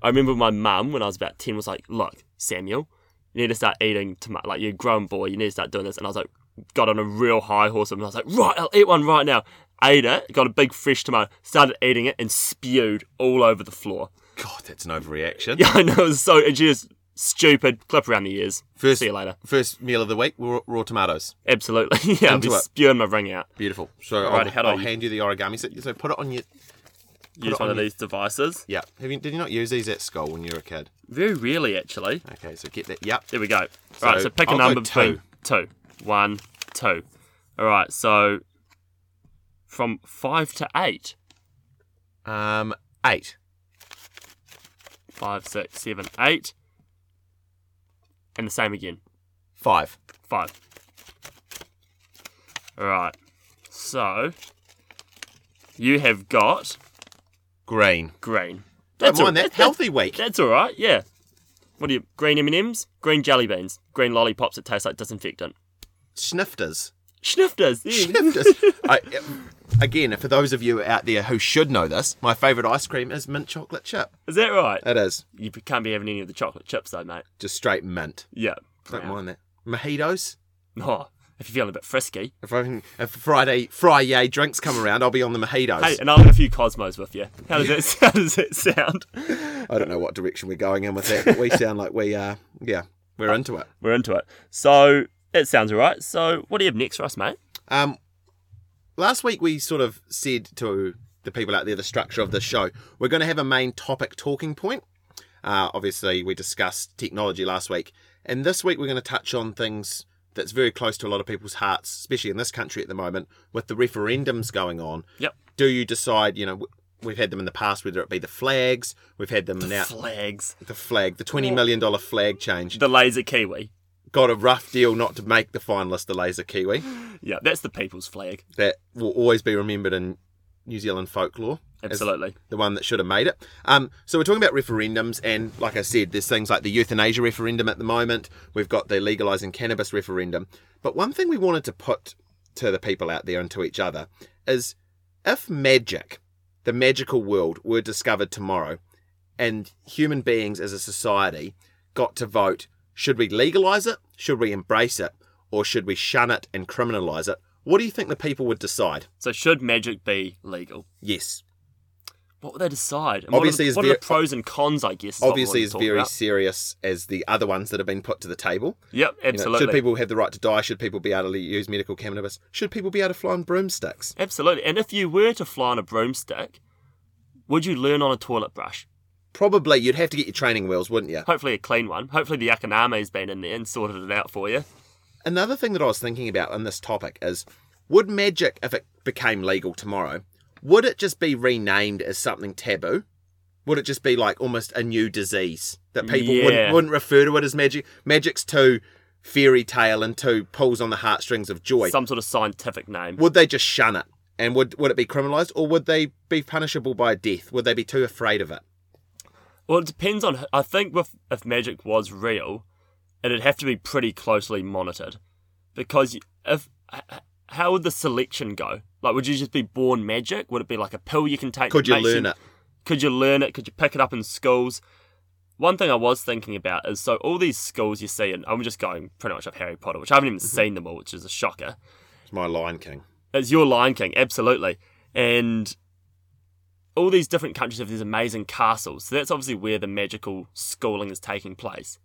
Speaker 2: I remember my mum when I was about ten was like, "Look, Samuel, you need to start eating tomato. Like you're a grown boy, you need to start doing this." And I was like, got on a real high horse and I was like, "Right, I'll eat one right now." Ate it, got a big fresh tomato, started eating it, and spewed all over the floor. <laughs>
Speaker 1: God, that's an overreaction.
Speaker 2: Yeah, I know. It was so it's just stupid. Clip around the ears.
Speaker 1: First-
Speaker 2: See you later.
Speaker 1: First meal of the week: raw, raw tomatoes.
Speaker 2: Absolutely. <laughs> Yeah, I'll
Speaker 1: Into
Speaker 2: be
Speaker 1: it.
Speaker 2: spewing my ring out.
Speaker 1: Beautiful. So
Speaker 2: Alrighty,
Speaker 1: I'll,
Speaker 2: how do I
Speaker 1: I'll
Speaker 2: use-
Speaker 1: hand you the origami set. So put it on your.
Speaker 2: Use
Speaker 1: it
Speaker 2: one
Speaker 1: on
Speaker 2: of
Speaker 1: your-
Speaker 2: these devices.
Speaker 1: Yeah. Have you, did you not use these at school when you were a kid?
Speaker 2: Very rarely, actually.
Speaker 1: Okay, so get that. Yep.
Speaker 2: There we go. All right, so, pick a
Speaker 1: I'll go
Speaker 2: number
Speaker 1: two.
Speaker 2: between two. One, two. All right, so from five to eight.
Speaker 1: Um, eight.
Speaker 2: Five, six, seven, eight. And the same again.
Speaker 1: Five.
Speaker 2: Five. All right, so you have got
Speaker 1: Green.
Speaker 2: green.
Speaker 1: Don't
Speaker 2: all-
Speaker 1: mind
Speaker 2: <laughs>
Speaker 1: that. Healthy week.
Speaker 2: That's all right. Yeah. What are you? Green M and M's, green jelly beans, green lollipops that taste like disinfectant.
Speaker 1: Snifters.
Speaker 2: Schnifters. <laughs> Yeah.
Speaker 1: Snifters. I, <laughs> again, for those of you out there who should know this, my favourite ice cream is mint chocolate chip.
Speaker 2: Is that right?
Speaker 1: It is.
Speaker 2: You can't be having any of the chocolate chips though, mate.
Speaker 1: Just straight mint.
Speaker 2: Yeah.
Speaker 1: Don't mind that. Mojitos.
Speaker 2: <laughs> Oh, if you're feeling a bit frisky.
Speaker 1: If, I can, if Friday, Friday drinks come around, I'll be on the mojitos.
Speaker 2: Hey, and I'll have a few Cosmos with you. How does that, <laughs> how does that sound?
Speaker 1: I don't know what direction we're going in with that, but we sound like we are, yeah, we're into it.
Speaker 2: We're into it. So, that sounds all right. So, what do you have next for us, mate?
Speaker 1: Um, last week we sort of said to the people out there the structure of the show. We're going to have a main topic talking point. Uh, obviously, we discussed technology last week, and this week we're going to touch on things that's very close to a lot of people's hearts, especially in this country at the moment with the referendums going on.
Speaker 2: Yep.
Speaker 1: Do you decide? You know, w- we've had them in the past, whether it be the flags, we've had them now.
Speaker 2: Flags.
Speaker 1: the flag, the twenty million dollar flag change,
Speaker 2: The laser kiwi.
Speaker 1: got a rough deal not to make the finalist, the laser kiwi.
Speaker 2: Yeah, that's the people's flag.
Speaker 1: that will always be remembered in New Zealand folklore. as
Speaker 2: Absolutely.
Speaker 1: The one that should have made it. Um, so we're talking about referendums, and like I said, there's things like the euthanasia referendum at the moment. We've got the legalising cannabis referendum. But one thing we wanted to put to the people out there and to each other is if magic, the magical world, were discovered tomorrow, and human beings as a society got to vote should we legalize it, should we embrace it, or should we shun it and criminalize it? What do you think the people would decide?
Speaker 2: So, should magic be legal?
Speaker 1: Yes,
Speaker 2: What would they decide? And
Speaker 1: Obviously,
Speaker 2: what are
Speaker 1: it's
Speaker 2: the, what are the
Speaker 1: very-
Speaker 2: pros and cons, I guess. is what we
Speaker 1: obviously
Speaker 2: wanted
Speaker 1: is
Speaker 2: to talk
Speaker 1: very
Speaker 2: about.
Speaker 1: serious as the other ones that have been put to the table.
Speaker 2: Yep,
Speaker 1: You know,
Speaker 2: absolutely.
Speaker 1: should people have the right to die? Should people be able to use medical cannabis? Should people be able to fly on broomsticks?
Speaker 2: Absolutely. And if you were to fly on a broomstick, would you learn on a toilet brush?
Speaker 1: Probably you'd have to get your training wheels, wouldn't you?
Speaker 2: Hopefully a clean one. Hopefully the Yakaname's been in there and sorted it out for you.
Speaker 1: Another thing that I was thinking about on this topic is would magic, if it became legal tomorrow, Would it just be renamed as something taboo? Would it just be like almost a new disease that people
Speaker 2: Yeah.
Speaker 1: wouldn't, wouldn't refer to it as magic? Magic's too fairy tale and too pulls on the heartstrings of joy.
Speaker 2: Some sort of scientific name.
Speaker 1: would they just shun it? And would would it be criminalized or would they be punishable by death? Would they be too afraid of it?
Speaker 2: Well, it depends on. I think with, if magic was real, it'd have to be pretty closely monitored, because if h- h- how would the selection go? Like, would you just be born magic? Would it be like a pill you can take?
Speaker 1: Could you
Speaker 2: that makes
Speaker 1: learn it?
Speaker 2: Could you learn it? Could you pick it up in schools? One thing I was thinking about is so all these schools you see, and I'm just going pretty much off Harry Potter, which I haven't even
Speaker 1: Mm-hmm.
Speaker 2: seen them all, which is a shocker.
Speaker 1: It's my Lion King.
Speaker 2: It's your Lion King, absolutely. And all these different countries have these amazing castles. So that's obviously where the magical schooling is taking place.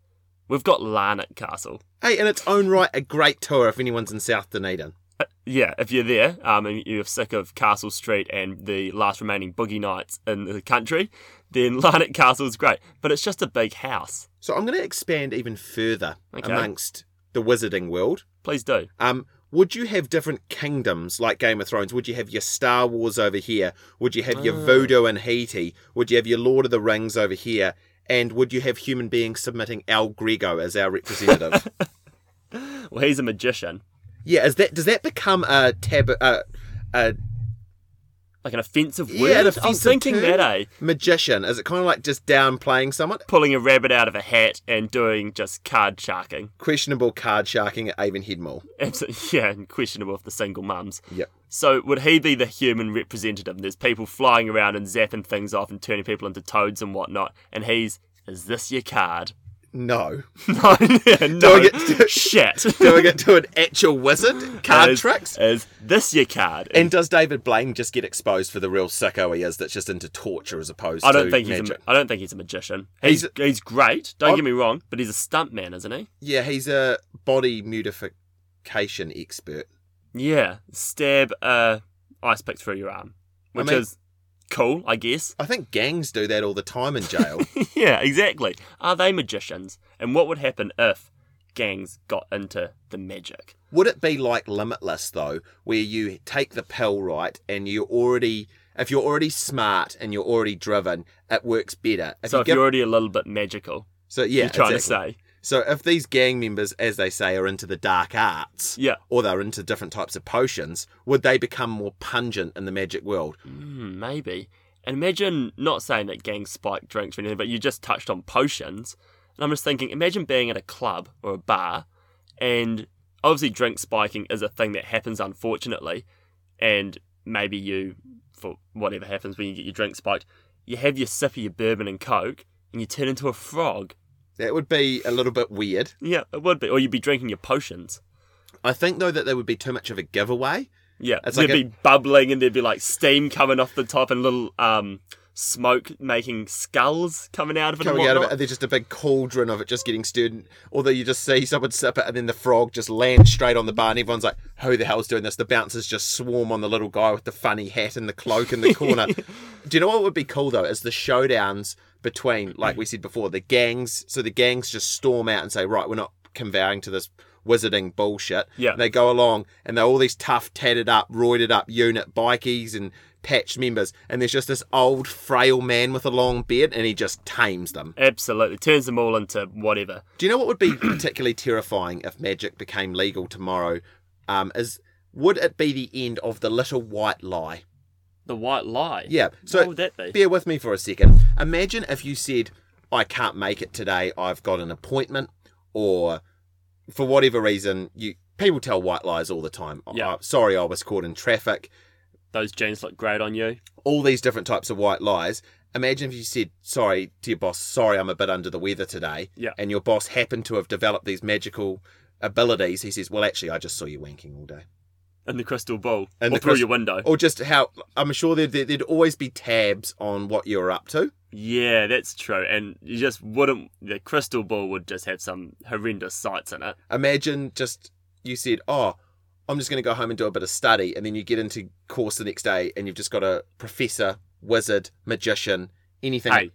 Speaker 2: We've got Larnet Castle.
Speaker 1: Hey, in its own right, a great tour if anyone's in South Dunedin.
Speaker 2: Uh, yeah, if you're there um, and you're sick of Castle Street and the last remaining boogie nights in the country, then <laughs> Larnet Castle is great. But it's just a big house.
Speaker 1: So I'm going to expand even further
Speaker 2: Okay.
Speaker 1: amongst the wizarding world.
Speaker 2: Please do.
Speaker 1: Um, would you have different kingdoms like Game of Thrones? Would you have your Star Wars over here? Would you have your voodoo in Haiti? Would you have your Lord of the Rings over here? And would you have human beings submitting Al Grego as our representative?
Speaker 2: Well, he's a magician,
Speaker 1: yeah, is that does that become a tab? Uh, a
Speaker 2: like an offensive word.
Speaker 1: yeah, an
Speaker 2: I'm
Speaker 1: offensive
Speaker 2: thinking
Speaker 1: term?
Speaker 2: that, eh?
Speaker 1: magician is it kind of like just downplaying someone?
Speaker 2: Pulling a rabbit out of a hat and doing just card sharking.
Speaker 1: Questionable card sharking at Avonhead Mall.
Speaker 2: Absolutely, <laughs> yeah, and questionable if the single mums.
Speaker 1: Yep.
Speaker 2: So would he be the human representative? There's people flying around and zapping things off and turning people into toads and whatnot, and he's is this your card? <laughs>
Speaker 1: No.
Speaker 2: No, <laughs> yeah, no,
Speaker 1: Doing it-
Speaker 2: shit.
Speaker 1: Doing it to an actual wizard? Card
Speaker 2: <laughs> Is-
Speaker 1: tricks?
Speaker 2: Is this your card?
Speaker 1: And does David Blaine just get exposed for the real sicko he is that's just into torture as opposed
Speaker 2: I don't
Speaker 1: to
Speaker 2: think
Speaker 1: magic?
Speaker 2: he's. A, I don't think he's a magician. He's he's, great. Don't
Speaker 1: I'm-
Speaker 2: get me wrong, but he's a stunt man, isn't he?
Speaker 1: Yeah, he's a body modification expert.
Speaker 2: Yeah, stab a ice pick through your arm,
Speaker 1: I
Speaker 2: which
Speaker 1: mean-
Speaker 2: is cool, I guess.
Speaker 1: I think gangs do that all the time in
Speaker 2: <laughs>
Speaker 1: jail.
Speaker 2: yeah, exactly. Are they magicians? And what would happen if gangs got into the magic?
Speaker 1: Would it be like Limitless though, where you take the pill right and you already if you're already smart and you're already driven, it works better. If
Speaker 2: so
Speaker 1: you
Speaker 2: if
Speaker 1: give-
Speaker 2: you're already a little bit magical,
Speaker 1: so yeah,
Speaker 2: you're trying
Speaker 1: exactly.
Speaker 2: to say.
Speaker 1: So if these gang members, as they say, are into the dark arts
Speaker 2: Yeah.
Speaker 1: or they're into different types of potions, would they become more pungent in the magic world?
Speaker 2: Mm, maybe. And imagine not saying that gangs spike drinks or anything, but you just touched on potions. And I'm just thinking, imagine being at a club or a bar, and obviously drink spiking is a thing that happens, unfortunately. And maybe you, for whatever happens when you get your drink spiked, you have your sip of your bourbon and coke, and you turn into a frog.
Speaker 1: That would be a little bit weird.
Speaker 2: Yeah, it would be. Or you'd be drinking your potions.
Speaker 1: I think though that there would be too much of a giveaway.
Speaker 2: Yeah,
Speaker 1: It's
Speaker 2: there'd
Speaker 1: like a-
Speaker 2: be bubbling and there'd be like steam coming off the top and little um, smoke making skulls coming out of it.
Speaker 1: coming
Speaker 2: and
Speaker 1: out of
Speaker 2: whatnot.
Speaker 1: it, and there's just a big cauldron of it just getting stirred. Although you just see someone sip it, and then the frog just lands straight on the bar, and everyone's like, "Who the hell's doing this?" The bouncers just swarm on the little guy with the funny hat and the cloak in the corner. Do you know what would be cool though? Is the showdowns between, like we said before, the gangs. So the gangs just storm out and say, "Right, we're not conveying to this." Wizarding bullshit.
Speaker 2: Yeah.
Speaker 1: And they go along and they're all these tough, tatted up, roided up unit bikies and patched members. And there's just this old, frail man with a long beard and he just tames them.
Speaker 2: Absolutely. Turns them all into whatever.
Speaker 1: Do you know what would be <clears throat> particularly terrifying if magic became legal tomorrow? Um, is would it be the end of the little white lie?
Speaker 2: The white lie.
Speaker 1: Yeah. So
Speaker 2: what would that be?
Speaker 1: bear with me for a second. Imagine if you said, "I can't make it today. I've got an appointment," or for whatever reason, you people tell white lies all the time.
Speaker 2: Yeah.
Speaker 1: "Oh, sorry, I was caught in traffic.
Speaker 2: Those jeans look great on you.
Speaker 1: all these different types of white lies. Imagine if you said sorry to your boss, sorry, I'm a bit under the weather today,
Speaker 2: Yeah.
Speaker 1: and your boss happened to have developed these magical abilities. He says, well, actually, I just saw you wanking all day.
Speaker 2: In the crystal ball.
Speaker 1: And
Speaker 2: or
Speaker 1: the
Speaker 2: through
Speaker 1: crystal-
Speaker 2: your window.
Speaker 1: Or just how I'm sure there'd, there'd always be tabs on what you were up to.
Speaker 2: Yeah, that's true. And you just wouldn't. The crystal ball would just have some horrendous sights in it.
Speaker 1: Imagine just you said, oh, I'm just going to go home and do a bit of study, and then you get into course the next day, and you've just got a professor, wizard, magician, anything.
Speaker 2: Hey,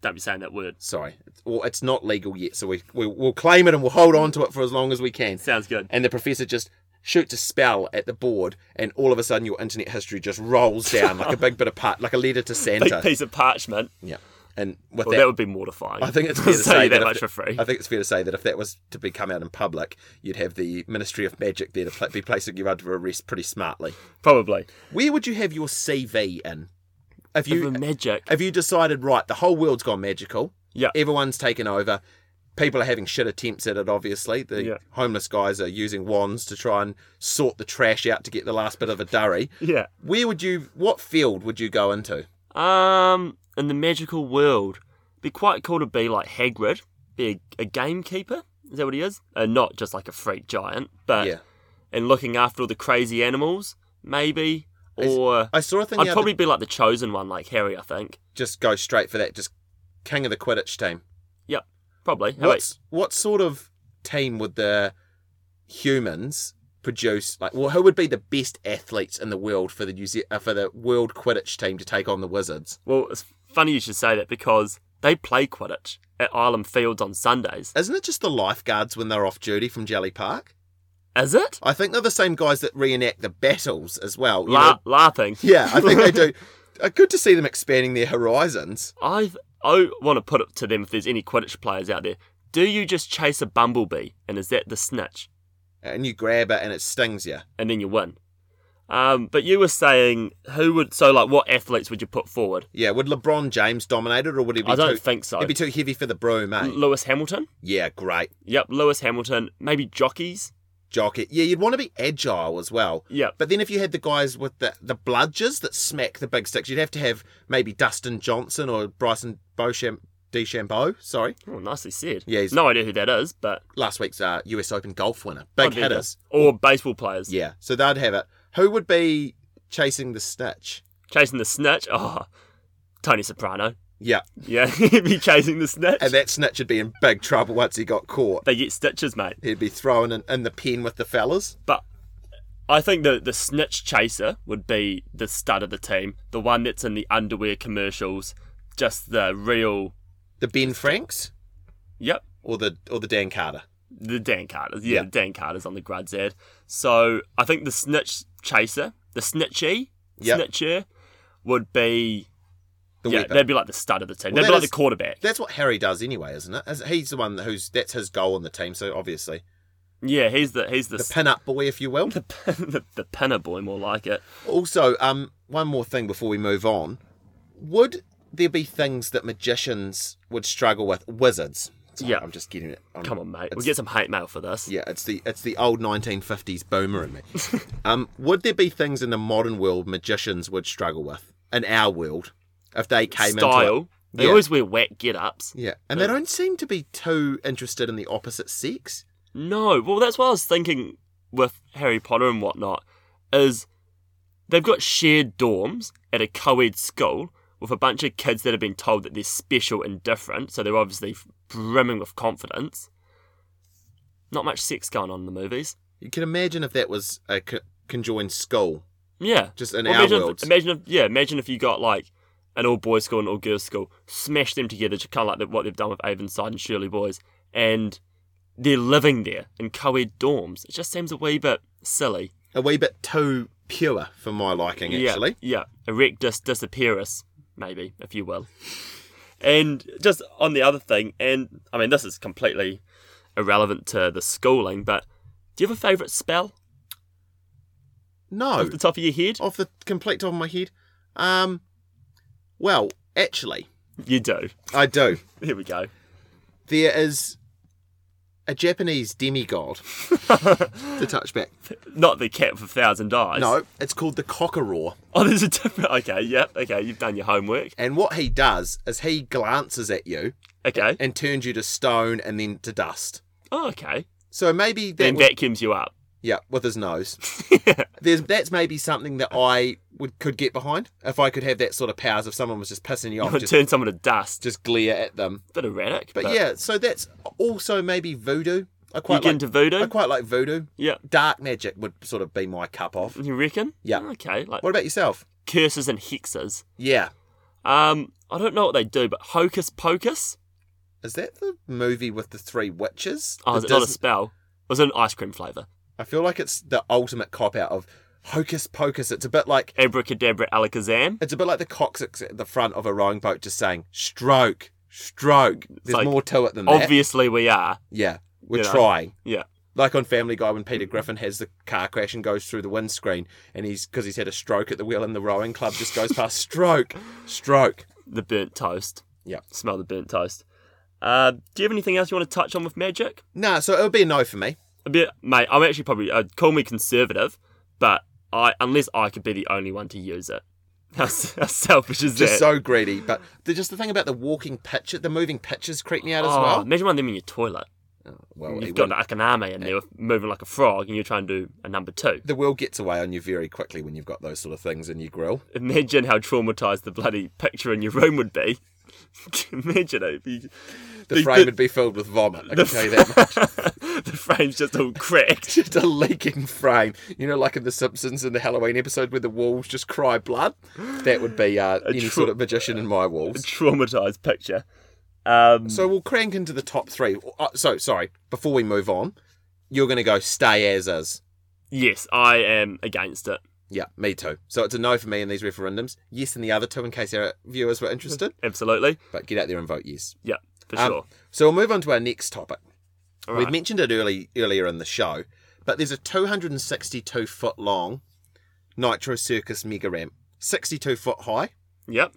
Speaker 2: don't be saying that word.
Speaker 1: Sorry, It's- well, it's not legal yet, so we, we we'll claim it and we'll hold on to it for as long as we can.
Speaker 2: Sounds good.
Speaker 1: And the professor just shoots a spell at the board, and all of a sudden your internet history just rolls down like a big bit of part, like a letter to
Speaker 2: Big
Speaker 1: Santa.
Speaker 2: piece of parchment.
Speaker 1: Yeah, and with
Speaker 2: Well, that,
Speaker 1: that,
Speaker 2: would be mortifying.
Speaker 1: I think
Speaker 2: <laughs>
Speaker 1: it's fair to
Speaker 2: Tell
Speaker 1: say
Speaker 2: you that,
Speaker 1: if-
Speaker 2: much
Speaker 1: <laughs>
Speaker 2: for free.
Speaker 1: I think it's fair to say that if that was to be come out in public, you'd have the Ministry of Magic there to pla- be placing you under arrest pretty smartly.
Speaker 2: Probably.
Speaker 1: Where would you have your CV in? If
Speaker 2: You,
Speaker 1: you
Speaker 2: <laughs> magic.
Speaker 1: if you decided right, the whole world's gone magical.
Speaker 2: Yeah.
Speaker 1: everyone's taken over. People are having shit attempts at it. Obviously, the
Speaker 2: Yeah.
Speaker 1: homeless guys are using wands to try and sort the trash out to get the last bit of a durry.
Speaker 2: Yeah.
Speaker 1: Where would you? What field would you go into?
Speaker 2: Um, in the magical world, be quite cool to be like Hagrid, be a, a gamekeeper. Is that what he is? Uh, not just like a freak giant, but
Speaker 1: Yeah.
Speaker 2: and looking after all the crazy animals, maybe. Or
Speaker 1: I saw a thing. the
Speaker 2: I'd
Speaker 1: other-
Speaker 2: probably be like the chosen one, like Harry. I think.
Speaker 1: just go straight for that. Just king of the Quidditch team.
Speaker 2: Yep, probably. How about,
Speaker 1: What's what sort of team would the humans produce? Like, well, who would be the best athletes in the world for the New Ze- uh, for the world Quidditch team to take on the Wizards?
Speaker 2: well, it's funny you should say that because they play Quidditch at Island Fields on Sundays.
Speaker 1: Isn't it just the lifeguards when they're off duty from Jelly Park?
Speaker 2: Is it?
Speaker 1: I think they're the same guys that reenact the battles as well. you
Speaker 2: La-
Speaker 1: know?
Speaker 2: laughing.
Speaker 1: yeah, I think they
Speaker 2: <laughs>
Speaker 1: do. Uh, Good to see them expanding their horizons.
Speaker 2: I I want to put it to them if there's any Quidditch players out there. Do you just chase a bumblebee and is that the snitch
Speaker 1: And you grab it and it stings you.
Speaker 2: and then you win? Um, but you were saying who would so like what athletes would you put forward?
Speaker 1: Yeah, would LeBron James dominate it, or would he be?
Speaker 2: I don't
Speaker 1: too,
Speaker 2: think so.
Speaker 1: It'd be too heavy for the broom, eh?
Speaker 2: Lewis Hamilton.
Speaker 1: Yeah, great.
Speaker 2: Yep, Lewis Hamilton. Maybe jockeys.
Speaker 1: jockey. Yeah, you'd want to be agile as well.
Speaker 2: Yep.
Speaker 1: But then if you had the guys with the, the bludgers that smack the big sticks, you'd have to have maybe Dustin Johnson or Bryson Beauchamp- DeChambeau. Sorry,
Speaker 2: Oh, nicely said.
Speaker 1: Yeah, he's-
Speaker 2: no idea who that is, but
Speaker 1: last week's uh, US Open golf winner, big
Speaker 2: I'd do that.
Speaker 1: hitters.
Speaker 2: or baseball players
Speaker 1: Yeah, so they'd have it. Who would be chasing the snitch?
Speaker 2: chasing the snitch. Oh, Tony Soprano.
Speaker 1: Yeah,
Speaker 2: Yeah, <laughs> he'd be chasing the snitch.
Speaker 1: and that snitch would be in big trouble once he got caught.
Speaker 2: they get stitches, mate.
Speaker 1: He'd be thrown in, in the pen with the fellas.
Speaker 2: But I think the the snitch chaser would be the stud of the team, the one that's in the underwear commercials, just the real.
Speaker 1: The Ben Franks
Speaker 2: Yep,
Speaker 1: or the or the Dan Carter.
Speaker 2: the Dan Carter's. Yeah,
Speaker 1: Yeah.
Speaker 2: Dan Carter's on the Gruds ad. So I think the snitch chaser, the snitchy,
Speaker 1: Yep.
Speaker 2: snitcher, would be
Speaker 1: The
Speaker 2: yeah,
Speaker 1: weapon.
Speaker 2: they'd be like the stud of the team.
Speaker 1: Well, that
Speaker 2: they'd be like
Speaker 1: is-
Speaker 2: the quarterback.
Speaker 1: That's what Harry does anyway, isn't it? As- He's the one who's that's his goal on the team. So obviously,
Speaker 2: Yeah, he's the he's the
Speaker 1: the
Speaker 2: s-
Speaker 1: pin-up boy, if you will.
Speaker 2: the, pin- <laughs> the, the pinner boy, more like it.
Speaker 1: Also, um, one more thing before we move on: would there be things that magicians would struggle with? Wizards. Sorry,
Speaker 2: Yeah.
Speaker 1: I'm just getting it. I'm-
Speaker 2: Come on, mate.
Speaker 1: it's-
Speaker 2: We'll get some hate mail for this.
Speaker 1: Yeah, it's the it's the old 1950s boomer in me. <laughs> um, would there be things in the modern world magicians would struggle with in our world if they came into it?
Speaker 2: Style. They
Speaker 1: Yeah.
Speaker 2: always wear wet get ups.
Speaker 1: Yeah, and they don't seem to be too interested in the opposite sex.
Speaker 2: No, well, that's what I was thinking with Harry Potter and whatnot. Is they've got shared dorms at a co-ed school with a bunch of kids that have been told that they're special and different, so they're obviously brimming with confidence. Not much sex going on in the movies.
Speaker 1: You can imagine if that was a co- conjoined school,
Speaker 2: Yeah,
Speaker 1: just in
Speaker 2: Well,
Speaker 1: our
Speaker 2: imagine
Speaker 1: world.
Speaker 2: If, imagine if yeah, imagine if you got like an all boys school and all girls school, smash them together, just kind of like the- what they've done with Avonside and Shirley Boys, and they're living there in co-ed dorms. It just seems a wee bit silly.
Speaker 1: a wee bit too pure for my liking, actually.
Speaker 2: Yeah, yeah. Erectus disappearus, maybe, if you will. And just on the other thing, and I mean, this is completely irrelevant to the schooling, but do you have a favourite spell
Speaker 1: No, Oh.
Speaker 2: off the top of your head?
Speaker 1: off the complete top of my head. Um, well, actually,
Speaker 2: You do.
Speaker 1: I do.
Speaker 2: Here we go.
Speaker 1: There is a Japanese demigod
Speaker 2: <laughs>
Speaker 1: to touch back.
Speaker 2: Not the cat with a thousand eyes.
Speaker 1: No, it's called the Cockeraw.
Speaker 2: <laughs> Oh, there's a different. Okay, yep. Okay, you've done your homework.
Speaker 1: And what he does is he glances at you
Speaker 2: Okay.
Speaker 1: and turns you to stone and then to dust.
Speaker 2: Oh, okay.
Speaker 1: So maybe that
Speaker 2: Then
Speaker 1: would-
Speaker 2: vacuums you up. <laughs>
Speaker 1: yeah, with his nose. There's that's maybe something that I would could get behind if I could have that sort of powers. If someone was just pissing you off, just
Speaker 2: Turn someone to dust.
Speaker 1: just glare at them.
Speaker 2: Bit erratic.
Speaker 1: But, yeah, so that's also maybe voodoo. I
Speaker 2: You
Speaker 1: quite
Speaker 2: get
Speaker 1: like,
Speaker 2: into voodoo?
Speaker 1: I quite like voodoo.
Speaker 2: Yeah.
Speaker 1: Dark magic would sort of be my cup of.
Speaker 2: You reckon?
Speaker 1: Yeah.
Speaker 2: Okay. Like
Speaker 1: What about yourself?
Speaker 2: curses and hexes.
Speaker 1: Yeah,
Speaker 2: Um, I don't know what they do, but Hocus Pocus.
Speaker 1: is that the movie with the three witches?
Speaker 2: Oh,
Speaker 1: The
Speaker 2: is it not a
Speaker 1: Dis-
Speaker 2: spell? It was an ice cream flavour.
Speaker 1: I feel like it's the ultimate cop out of hocus pocus. It's a bit like
Speaker 2: Abracadabra Alakazam.
Speaker 1: it's a bit like the coccyx at the front of a rowing boat just saying stroke, stroke. There's
Speaker 2: like,
Speaker 1: more to it than that.
Speaker 2: Obviously, we are.
Speaker 1: Yeah, we're
Speaker 2: You know?
Speaker 1: trying.
Speaker 2: Yeah.
Speaker 1: Like on Family Guy, when Peter Griffin has the car crash and goes through the windscreen, and he's because he's had a stroke at the wheel, and the rowing club just goes past <laughs> stroke, stroke.
Speaker 2: The burnt toast.
Speaker 1: Yeah.
Speaker 2: Smell the burnt toast. Uh, do you have anything else you want to touch on with magic?
Speaker 1: Nah, so it would be a no for me.
Speaker 2: A bit, mate. I'm actually probably I'd call me conservative, but I unless I could be the only one to use it. <laughs> How, s- how selfish is
Speaker 1: Just
Speaker 2: that?
Speaker 1: so greedy, but the, just the thing about the walking picture, the moving pictures creep me out as
Speaker 2: Oh,
Speaker 1: well.
Speaker 2: Imagine one of them in your toilet.
Speaker 1: Well, he
Speaker 2: You've got
Speaker 1: wouldn't-
Speaker 2: the Akaname in there with- moving like a frog, and you're trying to do a number two.
Speaker 1: the will gets away on you very quickly when you've got those sort of things in your grill.
Speaker 2: Imagine how traumatized the bloody picture in your room would be. <laughs> Imagine it. if you-
Speaker 1: The,
Speaker 2: The-
Speaker 1: frame
Speaker 2: the-
Speaker 1: would be filled with vomit. I can tell you that. much.
Speaker 2: <laughs> the frame's just all
Speaker 1: <laughs>
Speaker 2: cracked.
Speaker 1: just a leaking frame. You know, like in The Simpsons in the Halloween episode where the walls just cry blood. That would be uh, any
Speaker 2: tru-
Speaker 1: sort of magician in my
Speaker 2: A
Speaker 1: walls.
Speaker 2: traumatized picture. Um,
Speaker 1: So we'll crank into the top three. Uh, so sorry, before we move on, you're going to go stay as is.
Speaker 2: yes, I am against it.
Speaker 1: Yeah, me too. So it's a no for me in these referendums. Yes, in the other two, in case our viewers were
Speaker 2: <laughs>
Speaker 1: interested.
Speaker 2: Absolutely.
Speaker 1: But get out there and vote yes.
Speaker 2: Yeah, for
Speaker 1: Um,
Speaker 2: sure.
Speaker 1: So we'll move on to our next topic.
Speaker 2: All
Speaker 1: We've
Speaker 2: right.
Speaker 1: mentioned it early earlier in the show, but there's a 262 foot long Nitro Circus mega ramp, 62 foot high,
Speaker 2: Yep.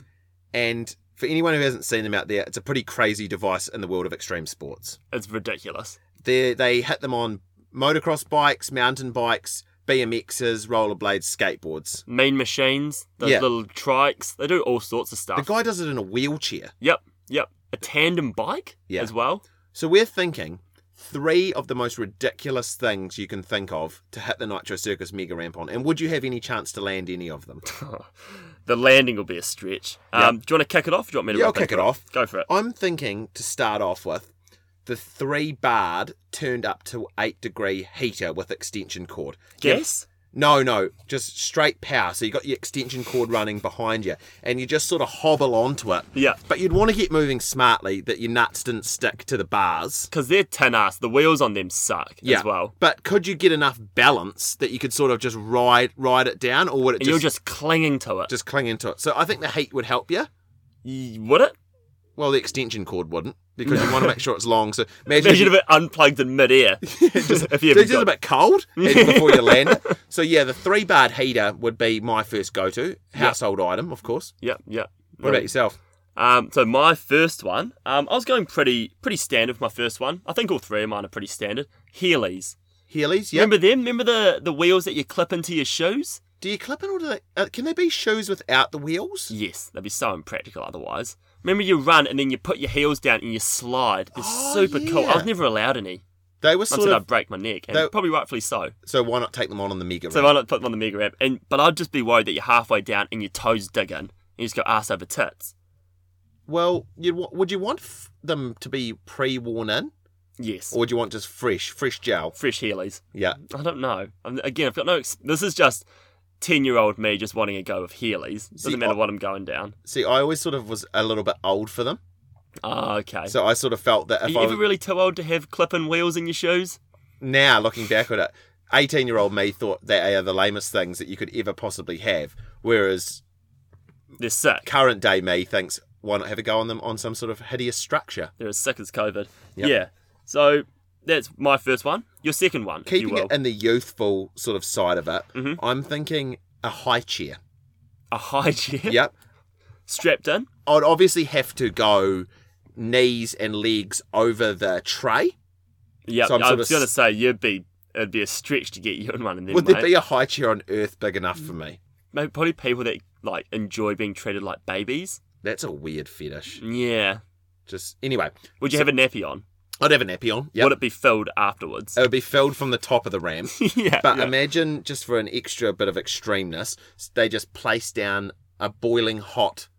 Speaker 1: and for anyone who hasn't seen them out there, it's a pretty crazy device in the world of extreme sports.
Speaker 2: It's ridiculous.
Speaker 1: They they hit them on motocross bikes, mountain bikes, BMXs, rollerblades, skateboards.
Speaker 2: Mean machines, those
Speaker 1: Yeah.
Speaker 2: little trikes, they do all sorts of
Speaker 1: The
Speaker 2: stuff.
Speaker 1: guy does it in a wheelchair.
Speaker 2: yep, yep. A tandem bike
Speaker 1: Yeah.
Speaker 2: as well.
Speaker 1: So we're thinking three of the most ridiculous things you can think of to hit the Nitro Circus mega ramp on, and would you have any chance to land any of them?
Speaker 2: The landing will be a stretch. Um, Do you want to kick it off? Or do you want me to
Speaker 1: Yeah, I'll
Speaker 2: rip
Speaker 1: kick
Speaker 2: into
Speaker 1: it Oh, off.
Speaker 2: Go for it.
Speaker 1: I'm thinking to start off with the three barred turned up to eight degree heater with extension cord.
Speaker 2: Yes.
Speaker 1: No, no, just straight power. So you got your extension cord running behind you, and you just sort of hobble onto it.
Speaker 2: Yeah.
Speaker 1: But you'd want to get moving smartly that your nuts didn't stick to the bars.
Speaker 2: Because they're ten ass. The wheels on them suck
Speaker 1: Yeah.
Speaker 2: as well.
Speaker 1: But could you get enough balance that you could sort of just ride ride it down, or would it
Speaker 2: And
Speaker 1: just
Speaker 2: you're just clinging to it.
Speaker 1: just cling into it? So I think the heat would help you.
Speaker 2: Y-
Speaker 1: <laughs>
Speaker 2: would it?
Speaker 1: Well, the extension cord wouldn't because you want to make sure it's
Speaker 2: <laughs>
Speaker 1: long. So imagine, if you-
Speaker 2: Imagine if it unplugged in midair. just, <laughs> if you
Speaker 1: They're <laughs>
Speaker 2: haven't
Speaker 1: just a
Speaker 2: got-
Speaker 1: bit
Speaker 2: <laughs>
Speaker 1: cold as- before you land. So yeah, the three barred heater would be my first go to household item, of course.
Speaker 2: Yep, yep.
Speaker 1: What about yourself?
Speaker 2: Um, so my first one, um, I was going pretty pretty standard for my first one. I think all three of mine are pretty standard. Heelys.
Speaker 1: Heelys, yeah.
Speaker 2: Remember them? Remember the, the wheels that you clip into your shoes?
Speaker 1: Do you clip in or do they? Uh, can they be shoes without the wheels?
Speaker 2: Yes, that'd be so impractical otherwise. Remember you run and then you put your heels down and you slide. It's
Speaker 1: Oh,
Speaker 2: super cool. I
Speaker 1: yeah.
Speaker 2: was never allowed any.
Speaker 1: They were
Speaker 2: I
Speaker 1: sort
Speaker 2: said
Speaker 1: of.
Speaker 2: I'd break my neck, and
Speaker 1: They-
Speaker 2: probably rightfully so.
Speaker 1: So why not take them on on the Mega?
Speaker 2: So
Speaker 1: ramp?
Speaker 2: why not put them on the mega ramp? And but I'd just be worried that you're halfway down and your toes dig in. And you just go ass over tits.
Speaker 1: well, you'd, wa- would you want f- them to be pre-worn in,
Speaker 2: Yes.
Speaker 1: or would you want just fresh, fresh gel?
Speaker 2: Fresh heelys.
Speaker 1: Yeah.
Speaker 2: I don't know. I'm, again, I've got no. Ex- this is just ten-year-old me just wanting a go of Heelys. Doesn't
Speaker 1: See,
Speaker 2: matter
Speaker 1: I-
Speaker 2: what I'm going down.
Speaker 1: See, I always sort of was a little bit old for them,
Speaker 2: Ah, okay.
Speaker 1: so I sort of felt that
Speaker 2: Are
Speaker 1: if
Speaker 2: you
Speaker 1: I
Speaker 2: ever
Speaker 1: was,
Speaker 2: really too old to have clipping wheels in your shoes?
Speaker 1: now looking back at it, 18 year old me thought that they are the lamest things that you could ever possibly have. Whereas
Speaker 2: They're sick.
Speaker 1: current day me thinks, why not have a go on them on some sort of hideous structure?
Speaker 2: They're as sick as COVID.
Speaker 1: Yep.
Speaker 2: Yeah. So that's my first one. Your second one, if you
Speaker 1: Keeping
Speaker 2: will.
Speaker 1: it in the youthful sort of side of it,
Speaker 2: Mhm.
Speaker 1: I'm thinking a high chair.
Speaker 2: a high chair
Speaker 1: yep.
Speaker 2: strapped in.
Speaker 1: I'd obviously have to go knees and legs over the tray.
Speaker 2: Yeah.
Speaker 1: So I'm
Speaker 2: I
Speaker 1: sort
Speaker 2: was
Speaker 1: of
Speaker 2: gonna
Speaker 1: s-
Speaker 2: say you'd be. It'd be a stretch to get you in one, and then
Speaker 1: Would
Speaker 2: mate,
Speaker 1: there be a high chair on earth big enough for me?
Speaker 2: maybe probably people that like enjoy being treated like babies.
Speaker 1: That's a weird fetish.
Speaker 2: Yeah.
Speaker 1: Just anyway,
Speaker 2: Would you have a nappy on?
Speaker 1: I'd have a nappy on. Yep.
Speaker 2: Would it be filled afterwards?
Speaker 1: It would be filled from the top of the ramp.
Speaker 2: <laughs> yeah.
Speaker 1: But
Speaker 2: yeah.
Speaker 1: imagine just for an extra bit of extremeness, they just place down a boiling hot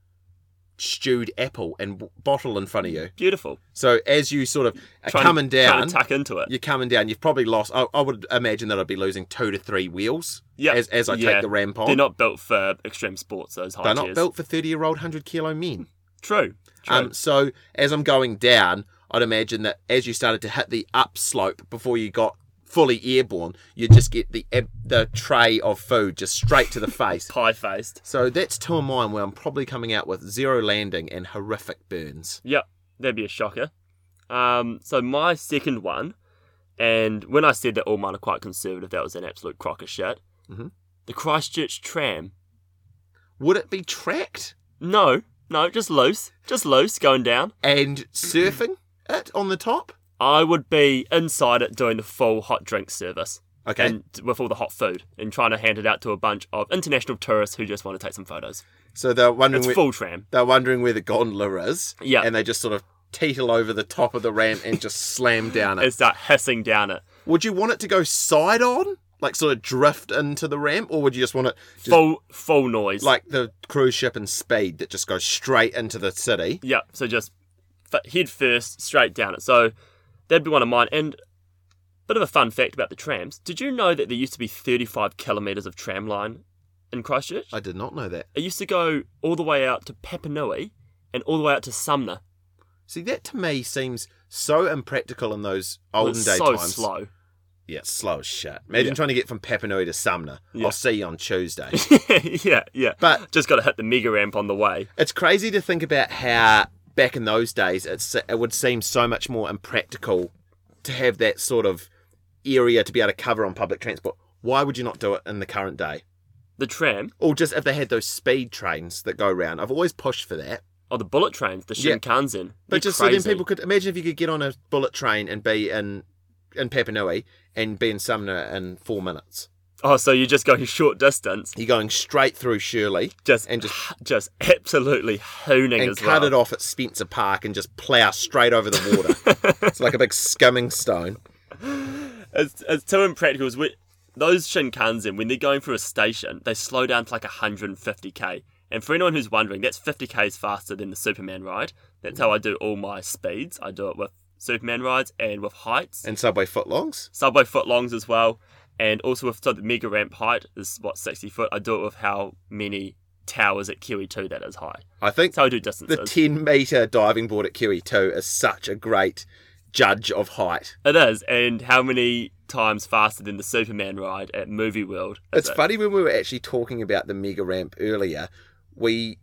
Speaker 1: stewed apple and b- bottle in front of you.
Speaker 2: beautiful.
Speaker 1: So as you sort of are
Speaker 2: Trying to-
Speaker 1: coming
Speaker 2: trying
Speaker 1: down,
Speaker 2: to tuck into it.
Speaker 1: you're coming down. You've probably lost. I, I would imagine that I'd be losing two to three wheels
Speaker 2: Yeah,
Speaker 1: as as I
Speaker 2: yeah.
Speaker 1: take the ramp on.
Speaker 2: They're not built for extreme sports. Those high
Speaker 1: They're not
Speaker 2: chairs.
Speaker 1: built for thirty year old hundred kilo men.
Speaker 2: True. True.
Speaker 1: Um, so as I'm going down, I'd imagine that as you started to hit the upslope before you got fully airborne, you just get the ab- the tray of food just straight
Speaker 2: <laughs>
Speaker 1: to the face.
Speaker 2: Pie faced.
Speaker 1: So that's two of mine where I'm probably coming out with zero landing and horrific burns.
Speaker 2: Yep, that'd be a shocker. Um, so my second one, and when I said that all mine are quite conservative, that was an absolute crock of shit.
Speaker 1: Mhm.
Speaker 2: The Christchurch tram.
Speaker 1: Would it be tracked
Speaker 2: No, no, just loose, just loose going down.
Speaker 1: and surfing it on the top?
Speaker 2: I would be inside it doing the full hot drink service.
Speaker 1: Okay.
Speaker 2: And with all the hot food and trying to hand it out to a bunch of international tourists who just want to take some photos.
Speaker 1: so they're wondering
Speaker 2: It's
Speaker 1: where,
Speaker 2: full tram.
Speaker 1: they're wondering where the gondola is.
Speaker 2: Yeah.
Speaker 1: And they just sort of teetle over the top of the ramp and just
Speaker 2: <laughs>
Speaker 1: slam down it.
Speaker 2: And start hissing down it.
Speaker 1: Would you want it to go side on? Like sort of drift into the ramp, or would you just want it just
Speaker 2: Full full noise.
Speaker 1: like the cruise ship in speed that just goes straight into the city?
Speaker 2: Yeah, so just f- head first, straight down it. So that'd be one of mine. And bit of a fun fact about the trams. Did you know that there used to be 35 kilometres of tram line in Christchurch?
Speaker 1: I did not know that.
Speaker 2: It used to go all the way out to Papanui and all the way out to Sumner.
Speaker 1: See, that to me seems so impractical in those
Speaker 2: It
Speaker 1: olden
Speaker 2: was
Speaker 1: day
Speaker 2: so
Speaker 1: times.
Speaker 2: slow. <laughs>
Speaker 1: Yeah, slow as shit. Imagine
Speaker 2: Yeah.
Speaker 1: trying to get from Papanui to Sumner.
Speaker 2: Yeah.
Speaker 1: I'll see you on Tuesday.
Speaker 2: yeah, yeah.
Speaker 1: but
Speaker 2: Just got to hit the mega ramp on the way.
Speaker 1: it's crazy to think about how back in those days it's, it would seem so much more impractical to have that sort of area to be able to cover on public transport. Why would you not do it in the current day?
Speaker 2: The tram,
Speaker 1: Or just if they had those speed trains that go round. I've always pushed for that.
Speaker 2: or the bullet trains, the
Speaker 1: Yeah.
Speaker 2: Shinkansen.
Speaker 1: But
Speaker 2: They're
Speaker 1: just
Speaker 2: crazy.
Speaker 1: so then people could imagine if you could get on a bullet train and be in in Papanui and be in Sumner in four minutes.
Speaker 2: Oh, so you're just going short distance,
Speaker 1: You're going straight through Shirley
Speaker 2: just
Speaker 1: And
Speaker 2: and
Speaker 1: just-
Speaker 2: just just absolutely honing
Speaker 1: and
Speaker 2: as
Speaker 1: cut
Speaker 2: well.
Speaker 1: it off at Spencer Park and just plough straight over the water. it's like a big skimming stone.
Speaker 2: It's, it's too impractical. It's we- Those Shinkansen, when they're going through a station, they slow down to like 150k. And for anyone who's wondering, that's 50k's faster than the Superman ride. That's how I do all my speeds. I do it with Superman rides and with heights,
Speaker 1: And subway footlongs.
Speaker 2: subway footlongs as well, and also with so the mega ramp height is what 60 foot. I do it with how many towers at Kiwi 2 that is high.
Speaker 1: I think
Speaker 2: That's how I do
Speaker 1: the
Speaker 2: distances.
Speaker 1: 10 metre diving board at Kiwi 2 is such a great judge of height.
Speaker 2: it is, and how many times faster than the Superman ride at Movie World? is
Speaker 1: It's
Speaker 2: it?
Speaker 1: funny when we were actually talking about the mega ramp earlier, we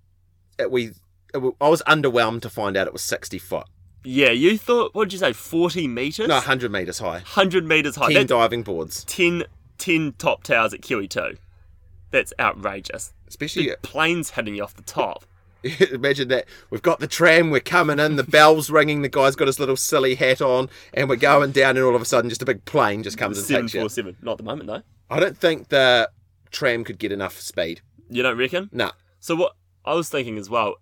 Speaker 1: it- we it wa- I was underwhelmed to find out it was 60 foot.
Speaker 2: Yeah, you thought, what did you say, 40 metres?
Speaker 1: No, 100 metres high.
Speaker 2: 100 metres high.
Speaker 1: 10
Speaker 2: That's
Speaker 1: diving boards.
Speaker 2: 10, 10 top towers at Kiwi 2. That's outrageous.
Speaker 1: Especially, <laughs>
Speaker 2: Planes hitting you off the top.
Speaker 1: imagine that. We've got the tram, we're coming in, the bell's ringing, the guy's got his little silly hat on, and we're going down, and all of a sudden, just a big plane just comes and takes you.
Speaker 2: 747. Not at the moment, though.
Speaker 1: I don't think the tram could get enough speed.
Speaker 2: You don't reckon?
Speaker 1: No.
Speaker 2: So, what I was thinking as well,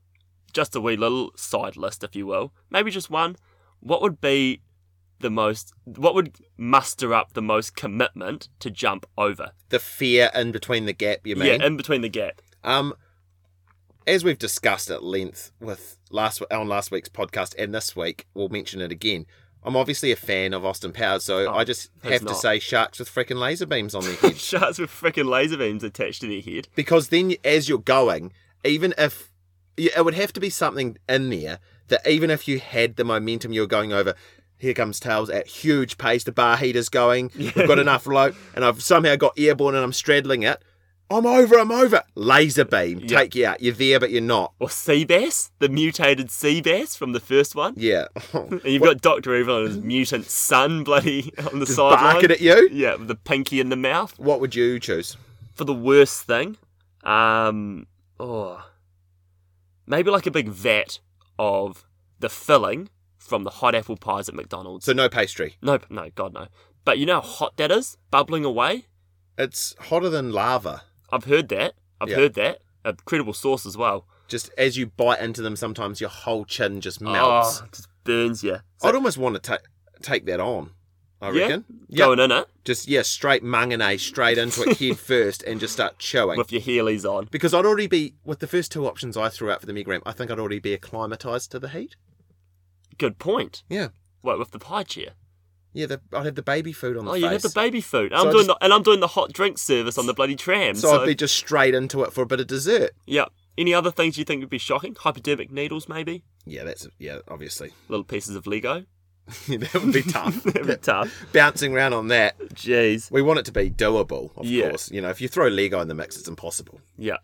Speaker 2: just a wee little side list, if you will, maybe just one. What would be the most, what would muster up the most commitment to jump over?
Speaker 1: The fear in between the gap, you mean?
Speaker 2: Yeah, in between the gap. <laughs>
Speaker 1: Um, as we've discussed at length with last on last week's podcast and this week, we'll mention it again. I'm obviously a fan of Austin Powers, so I just
Speaker 2: who's
Speaker 1: have to
Speaker 2: Oh, not?
Speaker 1: say sharks with freaking laser beams on their heads.
Speaker 2: Sharks with freaking laser beams attached to their head.
Speaker 1: because then, as you're going, even if yeah, it would have to be something in there that even if you had the momentum you're going over, here comes tails at huge pace. The bar heater's going. We've got enough low, and I've somehow got airborne, and I'm straddling it. I'm over. I'm over. Laser beam,
Speaker 2: Yeah.
Speaker 1: take you out. You're there, but you're not.
Speaker 2: Or sea bass, the mutated sea bass from the first one. <laughs>
Speaker 1: Yeah. <laughs>
Speaker 2: And you've got Doctor Evil and his mutant son, bloody on
Speaker 1: Barking
Speaker 2: the sideline.
Speaker 1: at you.
Speaker 2: Yeah, with the pinky in the mouth
Speaker 1: What would you choose?
Speaker 2: for the worst thing. Um, oh, maybe like a big vat of the filling from the hot apple pies at McDonald's.
Speaker 1: So no pastry.
Speaker 2: Nope, no, God no. But you know how hot that is, bubbling away.
Speaker 1: It's hotter than lava.
Speaker 2: I've heard that. I've
Speaker 1: Yeah.
Speaker 2: heard that. Incredible sauce as well.
Speaker 1: Just as you bite into them, sometimes your whole chin just melts.
Speaker 2: Oh, just burns you.
Speaker 1: I'd almost want to ta- take that on. I
Speaker 2: Yeah?
Speaker 1: reckon. Yeah.
Speaker 2: Going in it
Speaker 1: Just yeah, straight manganese straight into <laughs> it head first, and just start chewing.
Speaker 2: with your Heelys on.
Speaker 1: because I'd already be with the first two options I threw out for the migram. I think I'd already be acclimatized to the heat.
Speaker 2: Good point.
Speaker 1: Yeah,
Speaker 2: What with the pie chair?
Speaker 1: yeah. The, I'd have the baby food on the
Speaker 2: Oh,
Speaker 1: face.
Speaker 2: you had the baby food. I'm
Speaker 1: So I
Speaker 2: doing
Speaker 1: just-
Speaker 2: the, and I'm doing the hot drink service on the bloody tram.
Speaker 1: so,
Speaker 2: So,
Speaker 1: I'd be just straight into it for a bit of dessert.
Speaker 2: yeah. Any other things you think would be shocking? Hypodermic needles, maybe.
Speaker 1: <laughs> Yeah, that's yeah, obviously.
Speaker 2: Little pieces of Lego. <laughs>
Speaker 1: that would be tough.
Speaker 2: That'd be tough.
Speaker 1: Bouncing around on that.
Speaker 2: Jeez.
Speaker 1: We want it to be doable, of
Speaker 2: Yeah.
Speaker 1: course. You know, if you throw Lego in the mix, it's impossible.
Speaker 2: Yeah.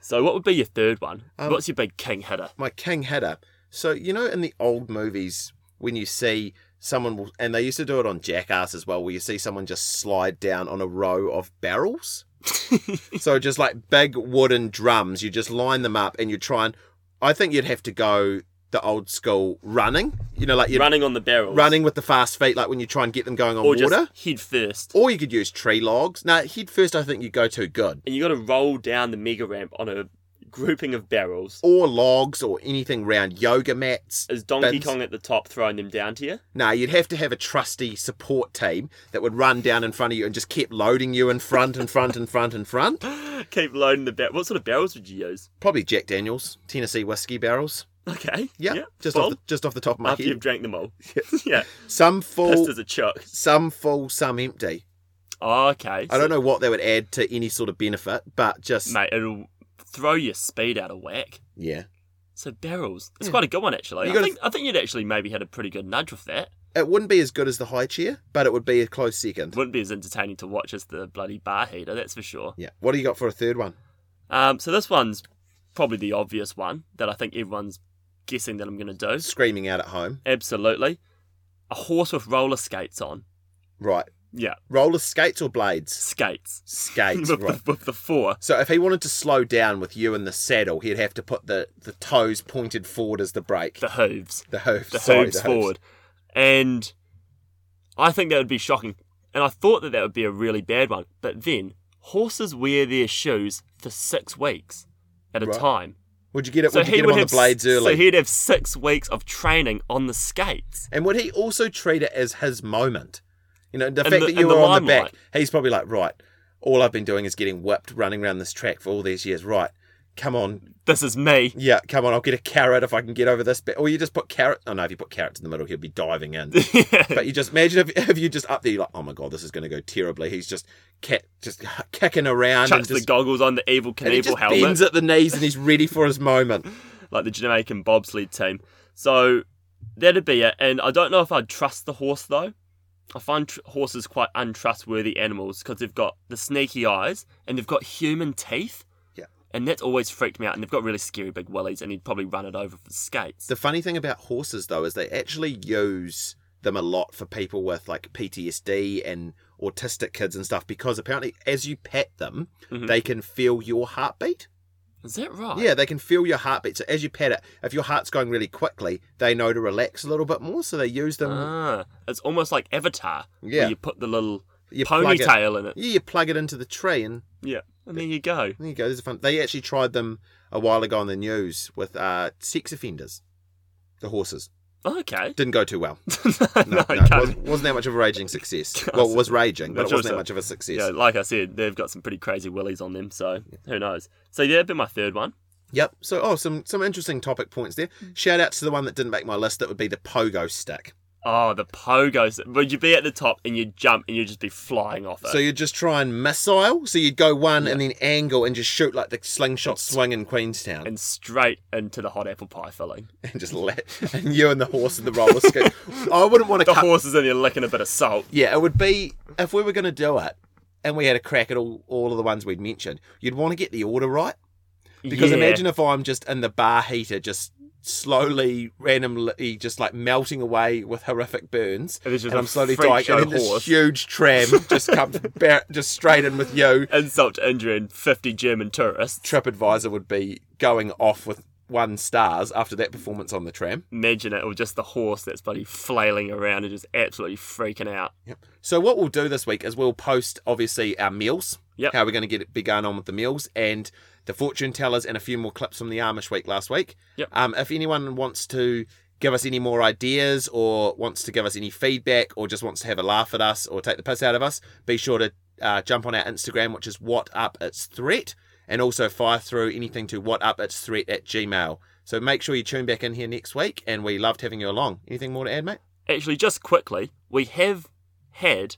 Speaker 2: So what would be your third one?
Speaker 1: Um,
Speaker 2: What's your big king
Speaker 1: <laughs>
Speaker 2: hitter?
Speaker 1: my king header. So you know, in the old movies, when you see someone, will, and they used to do it on Jackass as well, where you see someone just slide down on a row of
Speaker 2: <laughs>
Speaker 1: barrels. so just like big wooden drums, you just line them up and you try and. I think you'd have to go the old school running. You know, like you're running,
Speaker 2: Running on the barrel.
Speaker 1: with the fast feet, like when you try and get them going on
Speaker 2: or
Speaker 1: water.
Speaker 2: just head first.
Speaker 1: Or you could use tree logs. Now, head first, I think you go too good.
Speaker 2: And you got to roll down the mega ramp on a grouping of barrels.
Speaker 1: Or logs or anything round yoga mats.
Speaker 2: Is Donkey
Speaker 1: Bins.
Speaker 2: Kong at the top throwing them down to you? <gasps>
Speaker 1: No, you'd have to have a trusty support team that would run down in front of you and just keep loading you in front and front and front and front.
Speaker 2: Keep loading the barrel. What sort of barrels would you use?
Speaker 1: Probably Jack Daniels, Tennessee whiskey barrels.
Speaker 2: Okay.
Speaker 1: Yeah, just off the, just off the top of my
Speaker 2: after you've
Speaker 1: head.
Speaker 2: drank them <laughs> all. yeah.
Speaker 1: Some
Speaker 2: Pissed
Speaker 1: full,
Speaker 2: as a chuck.
Speaker 1: some full, some empty.
Speaker 2: oh, Okay.
Speaker 1: I don't know what they would add to any sort of benefit, but just
Speaker 2: Mate, it'll throw your speed out of whack.
Speaker 1: yeah,
Speaker 2: So barrels. It's quite Hmm. a good one actually.
Speaker 1: You
Speaker 2: I
Speaker 1: gotta-
Speaker 2: think I think you'd actually maybe had a pretty good nudge with that.
Speaker 1: it wouldn't be as good as the high chair, but it would be a close second.
Speaker 2: Wouldn't be as entertaining to watch as the bloody bar heater, that's for sure.
Speaker 1: Yeah. What do you got for a third one?
Speaker 2: Um, so this one's probably the obvious one that I think everyone's guessing that I'm going to do.
Speaker 1: Screaming out at home,
Speaker 2: Absolutely, a horse with roller skates on.
Speaker 1: right?
Speaker 2: Yeah,
Speaker 1: Roller skates or blades?
Speaker 2: skates.
Speaker 1: Skates,
Speaker 2: with,
Speaker 1: right?
Speaker 2: <laughs> the, with the four.
Speaker 1: So if he wanted to slow down with you in the saddle, he'd have to put the, the toes pointed forward as the brake.
Speaker 2: The hooves.
Speaker 1: The hooves.
Speaker 2: The
Speaker 1: sorry,
Speaker 2: hooves
Speaker 1: the hooves.
Speaker 2: forward. And I think that would be shocking. And I thought that that would be a really bad one. But then horses wear their shoes for six weeks at a
Speaker 1: Right.
Speaker 2: time.
Speaker 1: Would you get it?
Speaker 2: So
Speaker 1: Would you
Speaker 2: he
Speaker 1: get him
Speaker 2: would
Speaker 1: on the
Speaker 2: have
Speaker 1: blades
Speaker 2: s-
Speaker 1: early?
Speaker 2: So he'd have six weeks of training on the skates.
Speaker 1: and would he also treat it as his moment? You know, the fact
Speaker 2: And the-
Speaker 1: that
Speaker 2: and
Speaker 1: you
Speaker 2: the
Speaker 1: were on the back,
Speaker 2: limelight.
Speaker 1: he's probably like, right, all I've been doing is getting whipped, running around this track for all these years. Right, come on,
Speaker 2: This is me. <laughs>
Speaker 1: yeah, come on, I'll get a carrot if I can get over this bit. Or you just put carrot. Oh no, if you put carrots in the middle, he'll be diving in. But you just imagine if, <laughs> if you just up there, you're like, oh my god, this is going to go terribly. He's just ca- just <laughs> kicking around and
Speaker 2: chucks
Speaker 1: just
Speaker 2: the goggles on the evil
Speaker 1: And he
Speaker 2: Knievel
Speaker 1: just
Speaker 2: helmet,
Speaker 1: bends at the knees and he's ready for his
Speaker 2: <laughs>
Speaker 1: moment.
Speaker 2: like the Jamaican bobsled team. So that'd be it. And I don't know if I'd trust the horse though. I find tr- horses quite untrustworthy animals because they've got the sneaky eyes and they've got human teeth.
Speaker 1: Yeah.
Speaker 2: And that's always freaked me out. And they've got really scary big willies, and he'd probably run it over for skates.
Speaker 1: The funny thing about horses, though, is they actually use them a lot for people with like PTSD and autistic kids and stuff because apparently, as you pet them, they can feel your heartbeat.
Speaker 2: Is that Mm-hmm. right?
Speaker 1: Yeah, they can feel your heartbeat. So as you pet it, if your heart's going really quickly, they know to relax a little bit more. So they use them.
Speaker 2: Ah, it's almost like Avatar.
Speaker 1: Yeah.
Speaker 2: Where you put the little
Speaker 1: You plug it-
Speaker 2: ponytail in it.
Speaker 1: yeah, you plug it into the tree and
Speaker 2: Yeah. And there you go.
Speaker 1: there you go. There's a fun. They actually tried them a while ago on the news with uh, sex offenders, the horses. <laughs>
Speaker 2: Okay. <laughs>
Speaker 1: Didn't go too well.
Speaker 2: no,
Speaker 1: no,
Speaker 2: can't-
Speaker 1: was, wasn't that much of a raging success. Well, it was raging, but it
Speaker 2: Which
Speaker 1: wasn't that
Speaker 2: also-
Speaker 1: much of a success.
Speaker 2: Yeah, like I said, they've got some pretty crazy willies on them, so who knows? So yeah, that'd be my third one.
Speaker 1: Yep. So, oh, some some interesting topic points there. Shout outs to the one that didn't make my list. That would be the pogo stick.
Speaker 2: Oh, the pogos. Would you be at the top and you'd jump and you'd just be flying off it?
Speaker 1: So you just try and missile. So you'd go one and then angle and just shoot like the slingshot swing in Queenstown, and,
Speaker 2: and straight into the hot apple pie filling.
Speaker 1: just let <laughs> and you and the horse and the roller skate. I wouldn't want to
Speaker 2: The
Speaker 1: <laughs> cut.
Speaker 2: horses in there licking a bit of salt.
Speaker 1: yeah, it would be if we were going to do it, and we had a crack at all all of the ones we'd mentioned. You'd want to get the order right. Because
Speaker 2: Yeah.
Speaker 1: imagine if I'm just in the bar heater, just slowly, randomly, just like melting away with horrific burns,
Speaker 2: And it's just
Speaker 1: I'm
Speaker 2: a
Speaker 1: slowly
Speaker 2: freak
Speaker 1: dying,
Speaker 2: show
Speaker 1: and then this
Speaker 2: horse.
Speaker 1: huge tram
Speaker 2: <laughs>
Speaker 1: just comes bar- just straight in with you.
Speaker 2: insult to injury and fifty German tourists.
Speaker 1: TripAdvisor would be going off with one stars after that performance on the tram.
Speaker 2: Imagine it, or just the horse that's bloody flailing around and just absolutely freaking out.
Speaker 1: Yep. So what we'll do this week is we'll post obviously our meals.
Speaker 2: Yep.
Speaker 1: How we're going to get be going on with the meals and the fortune tellers and a few more clips from the Amish week last week.
Speaker 2: Yep.
Speaker 1: Um, if anyone wants to give us any more ideas or wants to give us any feedback or just wants to have a laugh at us or take the piss out of us, be sure to uh, jump on our Instagram, which is what up its threat, and also fire through anything to what up its threat at Gmail. So make sure you tune back in here next week, and we loved having you along. Anything more to add, mate?
Speaker 2: Actually, just quickly, we have had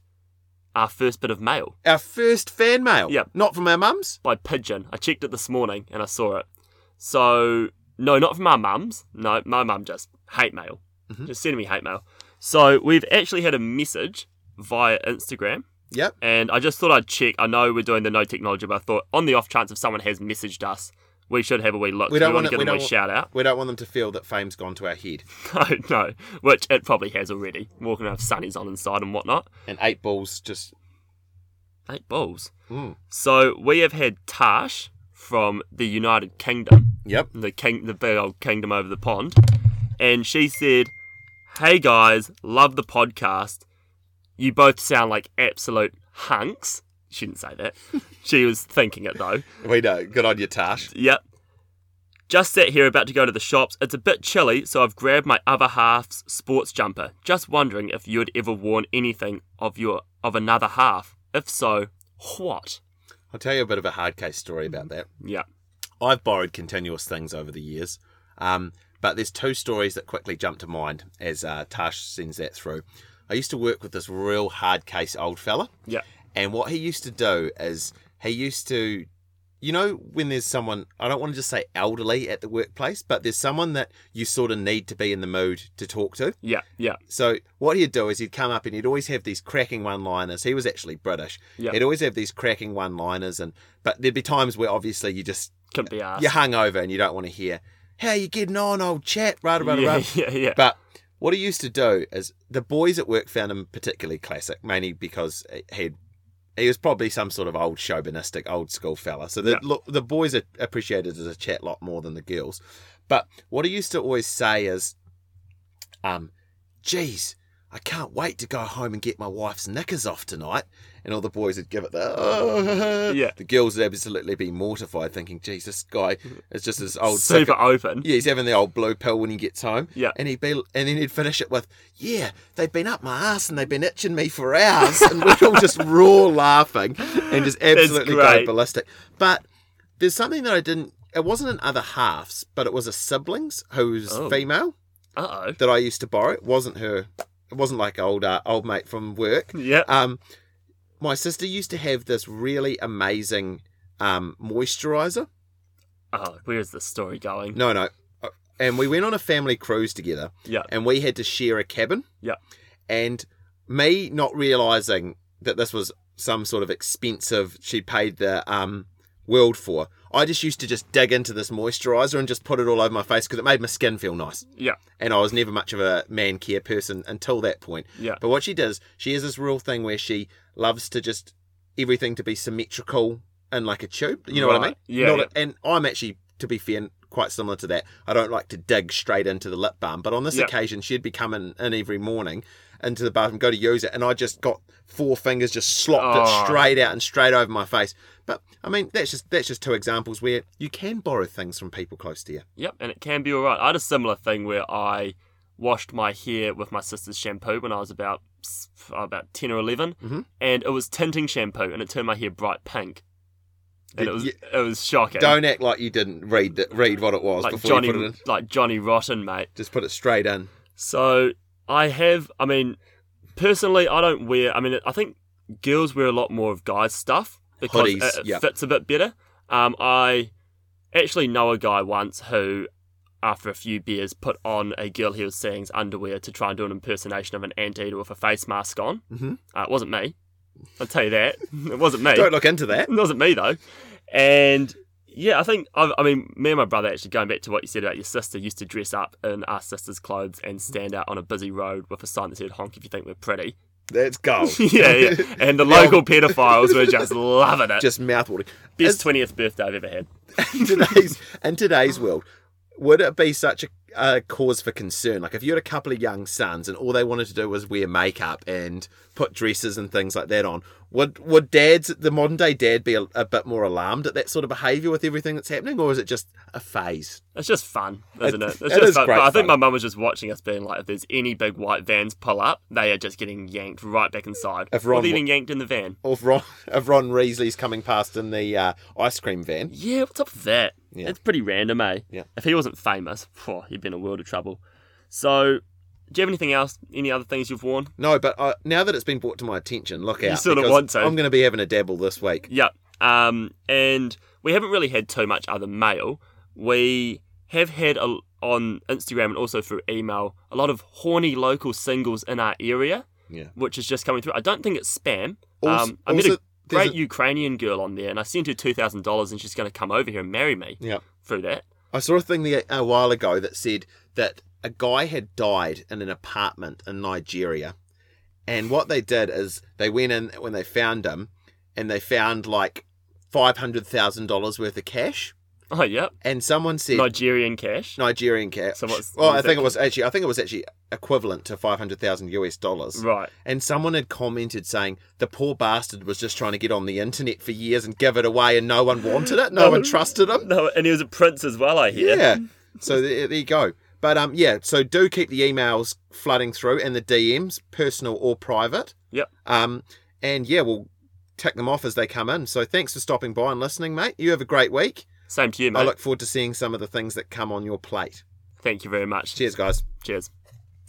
Speaker 2: our first bit of mail.
Speaker 1: Our first fan mail.
Speaker 2: Yep.
Speaker 1: Not from our mums.
Speaker 2: by pigeon. I checked it this morning and I saw it.
Speaker 1: Mm-hmm.
Speaker 2: So no, not from our mums. No, my mum just hate mail. Just sending me hate mail. So we've actually had a message via Instagram,
Speaker 1: Yep.
Speaker 2: and I just thought I'd check. I know we're doing the no technology, but I thought on the off chance if someone has messaged us, we should have a wee look.
Speaker 1: We don't
Speaker 2: want
Speaker 1: wanna-
Speaker 2: to give
Speaker 1: we
Speaker 2: them a
Speaker 1: don't wa-
Speaker 2: shout out. <laughs>
Speaker 1: We don't want them to feel that fame's gone to our head.
Speaker 2: No, no, which it probably has already. Walking around with sunnies on inside and whatnot.
Speaker 1: And eight balls just.
Speaker 2: Eight balls.
Speaker 1: Mm.
Speaker 2: So we have had Tash from the United Kingdom,
Speaker 1: Yep.
Speaker 2: the king, the big old kingdom over the pond, and she said, "Hey guys, love the podcast. You both sound like absolute hunks." She didn't say that. she was thinking it though.
Speaker 1: We know. Good on you, Tash.
Speaker 2: Yep. Just sat here about to go to the shops. It's a bit chilly, so I've grabbed my other half's sports jumper. Just wondering if you had ever worn anything of your of another half. If so, what?
Speaker 1: I'll tell you a bit of a hard case story about that.
Speaker 2: Yep.
Speaker 1: I've borrowed continuous things over the years, um, but there's two stories that quickly jump to mind as uh, Tash sends that through. I used to work with this real hard case old fella,
Speaker 2: Yep.
Speaker 1: and what he used to do is he used to, you know, when there's someone, I don't want to just say elderly at the workplace, but there's someone that you sort of need to be in the mood to talk to.
Speaker 2: Yep. Yep.
Speaker 1: So what he'd do is he'd come up and he'd always have these cracking one-liners. He was actually British.
Speaker 2: Yeah.
Speaker 1: He'd always have these cracking one-liners, and but there'd be times where obviously you just
Speaker 2: Couldn't be asked.
Speaker 1: you're hungover and you don't want to hear how you getting on, old chat, right, right,
Speaker 2: <laughs> yeah,
Speaker 1: right.
Speaker 2: yeah, yeah.
Speaker 1: But what he used to do is the boys at work found him particularly classic, mainly because he'd he was probably some sort of old chauvinistic, old school fella. So the
Speaker 2: Yeah.
Speaker 1: look, the boys a- appreciated his chat lot more than the girls. But what he used to always say is, um, "Geez, I can't wait to go home and get my wife's knickers off tonight." And all the boys would give it the, oh. <laughs>
Speaker 2: Yeah.
Speaker 1: The girls would absolutely be mortified, thinking, "Geez, this guy is just this old sick
Speaker 2: <laughs> Super open.
Speaker 1: yeah, he's having the old blue pill when he gets home.
Speaker 2: Yeah.
Speaker 1: And he'd be and then he'd finish it with, Yeah, they've been up my ass and they've been itching me for hours and we'd all
Speaker 2: <laughs>
Speaker 1: just roar laughing and just absolutely go
Speaker 2: great.
Speaker 1: ballistic. But there's something that I didn't it wasn't in other halves, but it was a siblings who was
Speaker 2: Oh.
Speaker 1: female
Speaker 2: Uh
Speaker 1: that I used to borrow. It wasn't her it wasn't like old uh, old mate from work.
Speaker 2: oh. Yep.
Speaker 1: Um, my sister used to have this really amazing um, moisturizer.
Speaker 2: Oh, where is this story going?
Speaker 1: No, no. uh, And we went on a family cruise together.
Speaker 2: Yeah.
Speaker 1: And we had to share a cabin.
Speaker 2: Yeah.
Speaker 1: And me not realizing that this was some sort of expensive she paid the um world for. I just used to just dig into this moisturizer and just put it all over my face because it made my skin feel nice.
Speaker 2: Yeah.
Speaker 1: And I was never much of a man care person until that point.
Speaker 2: Yeah.
Speaker 1: But what she does, she has this real thing where she loves to just everything to be symmetrical in like a tube. You know what I
Speaker 2: Right.
Speaker 1: mean?
Speaker 2: Yeah,
Speaker 1: Not a- and I'm actually, to be fair, quite similar to that. I don't like to dig straight into the lip balm, but on this
Speaker 2: Yeah.
Speaker 1: occasion, she'd be coming in every morning into the bathroom, go to use it, and I just got four fingers just slopped
Speaker 2: Oh.
Speaker 1: it straight out and straight over my face. But I mean, that's just that's just two examples where you can borrow things from people close to you.
Speaker 2: Yep, and it can be all right. I had a similar thing where I washed my hair with my sister's shampoo when I was about s- about ten or 11
Speaker 1: Mhm.
Speaker 2: and it was tinting shampoo, and it turned my hair bright pink, and it was
Speaker 1: Yeah.
Speaker 2: it was shocking.
Speaker 1: Don't act like you didn't read that, read what it was
Speaker 2: like
Speaker 1: before
Speaker 2: Johnny,
Speaker 1: you put it in.
Speaker 2: like Johnny Rotten, mate.
Speaker 1: Just put it straight in.
Speaker 2: So I have, I mean, personally, I don't wear. I mean, I think girls wear a lot more of guys' stuff because
Speaker 1: Hoodies,
Speaker 2: it, it
Speaker 1: yep.
Speaker 2: fits a bit better. Um, I actually know a guy once who, after a few beers, put on a girl he was seeing's underwear to try and do an impersonation of an anteater with a face mask on.
Speaker 1: Mhm.
Speaker 2: Uh, it wasn't me. I'll tell you that. <laughs> it wasn't me.
Speaker 1: Don't look into that.
Speaker 2: It <laughs> wasn't me though. And yeah, I think i I mean me and my brother actually going back to what you said about your sister used to dress up in our sister's clothes and stand out on a busy road with a sign that said "Honk if you think we're pretty." <laughs>
Speaker 1: That's gold.
Speaker 2: yeah, yeah. And the local pedophiles were just loving it.
Speaker 1: Just mouthwatering. Is-
Speaker 2: Best twentieth birthday I've ever had.
Speaker 1: in today's in today's world, would it be such a, a cause for concern? Like if you had a couple of young sons and all they wanted to do was wear makeup and put dresses and things like that on, would would dads the modern day dad be a, a bit more alarmed at that sort of behaviour with everything that's happening, or is it just a phase?
Speaker 2: It's just fun, isn't
Speaker 1: It-
Speaker 2: it? It's
Speaker 1: it
Speaker 2: just
Speaker 1: is
Speaker 2: fun.
Speaker 1: great
Speaker 2: But I think
Speaker 1: fun.
Speaker 2: my mum was just watching us, being like, "If there's any big white vans pull up, they are just getting yanked right back inside.
Speaker 1: If
Speaker 2: Or
Speaker 1: Ron
Speaker 2: they're
Speaker 1: wa-
Speaker 2: getting yanked in the van.
Speaker 1: Or if Ron, <laughs> if Ron Reesley's coming past in the uh, ice cream van,
Speaker 2: Yeah, what's up with that?
Speaker 1: Yeah.
Speaker 2: It's pretty random, eh?
Speaker 1: Yeah.
Speaker 2: If he wasn't famous, phew, he'd be in a world of trouble. So, do you have anything else? Any other things you've worn?
Speaker 1: no, but I, now that it's been brought to my attention, look out!
Speaker 2: sort of
Speaker 1: because
Speaker 2: want to.
Speaker 1: I'm going to be having a dabble this week.
Speaker 2: Yeah. Um, and we haven't really had too much other mail. We have had a, on Instagram and also through email a lot of horny local singles in our area,
Speaker 1: Yeah.
Speaker 2: which is just coming through. I don't think it's spam.
Speaker 1: Also-
Speaker 2: um, I met a
Speaker 1: also, there's
Speaker 2: great
Speaker 1: a-
Speaker 2: Ukrainian girl on there, and I sent her two thousand dollars, and she's going to come over here and marry me
Speaker 1: Yeah.
Speaker 2: through that.
Speaker 1: I saw a thing the, a while ago that said that a guy had died in an apartment in Nigeria. And what they did is they went in when they found him and they found like $500,000 worth of cash.
Speaker 2: Oh yeah,
Speaker 1: And someone said
Speaker 2: Nigerian cash.
Speaker 1: Nigerian cash.
Speaker 2: So what's-
Speaker 1: well,
Speaker 2: what
Speaker 1: I
Speaker 2: is
Speaker 1: think
Speaker 2: that?
Speaker 1: it was actually I think it was actually equivalent to 500,000 US dollars.
Speaker 2: Right.
Speaker 1: And someone had commented saying the poor bastard was just trying to get on the internet for years and give it away and no one wanted it. No
Speaker 2: <laughs>
Speaker 1: one trusted him.
Speaker 2: No, and he was a prince as well. I hear.
Speaker 1: Yeah. So there, there you go. But um, yeah. So do keep the emails flooding through and the DMs, personal or private.
Speaker 2: Yep.
Speaker 1: Um, and yeah, we'll tick them off as they come in. So thanks for stopping by and listening, mate. You have a great week.
Speaker 2: Same to you,
Speaker 1: I
Speaker 2: mate.
Speaker 1: look forward to seeing some of the things that come on your plate.
Speaker 2: Thank you very much.
Speaker 1: Cheers, guys.
Speaker 2: Cheers.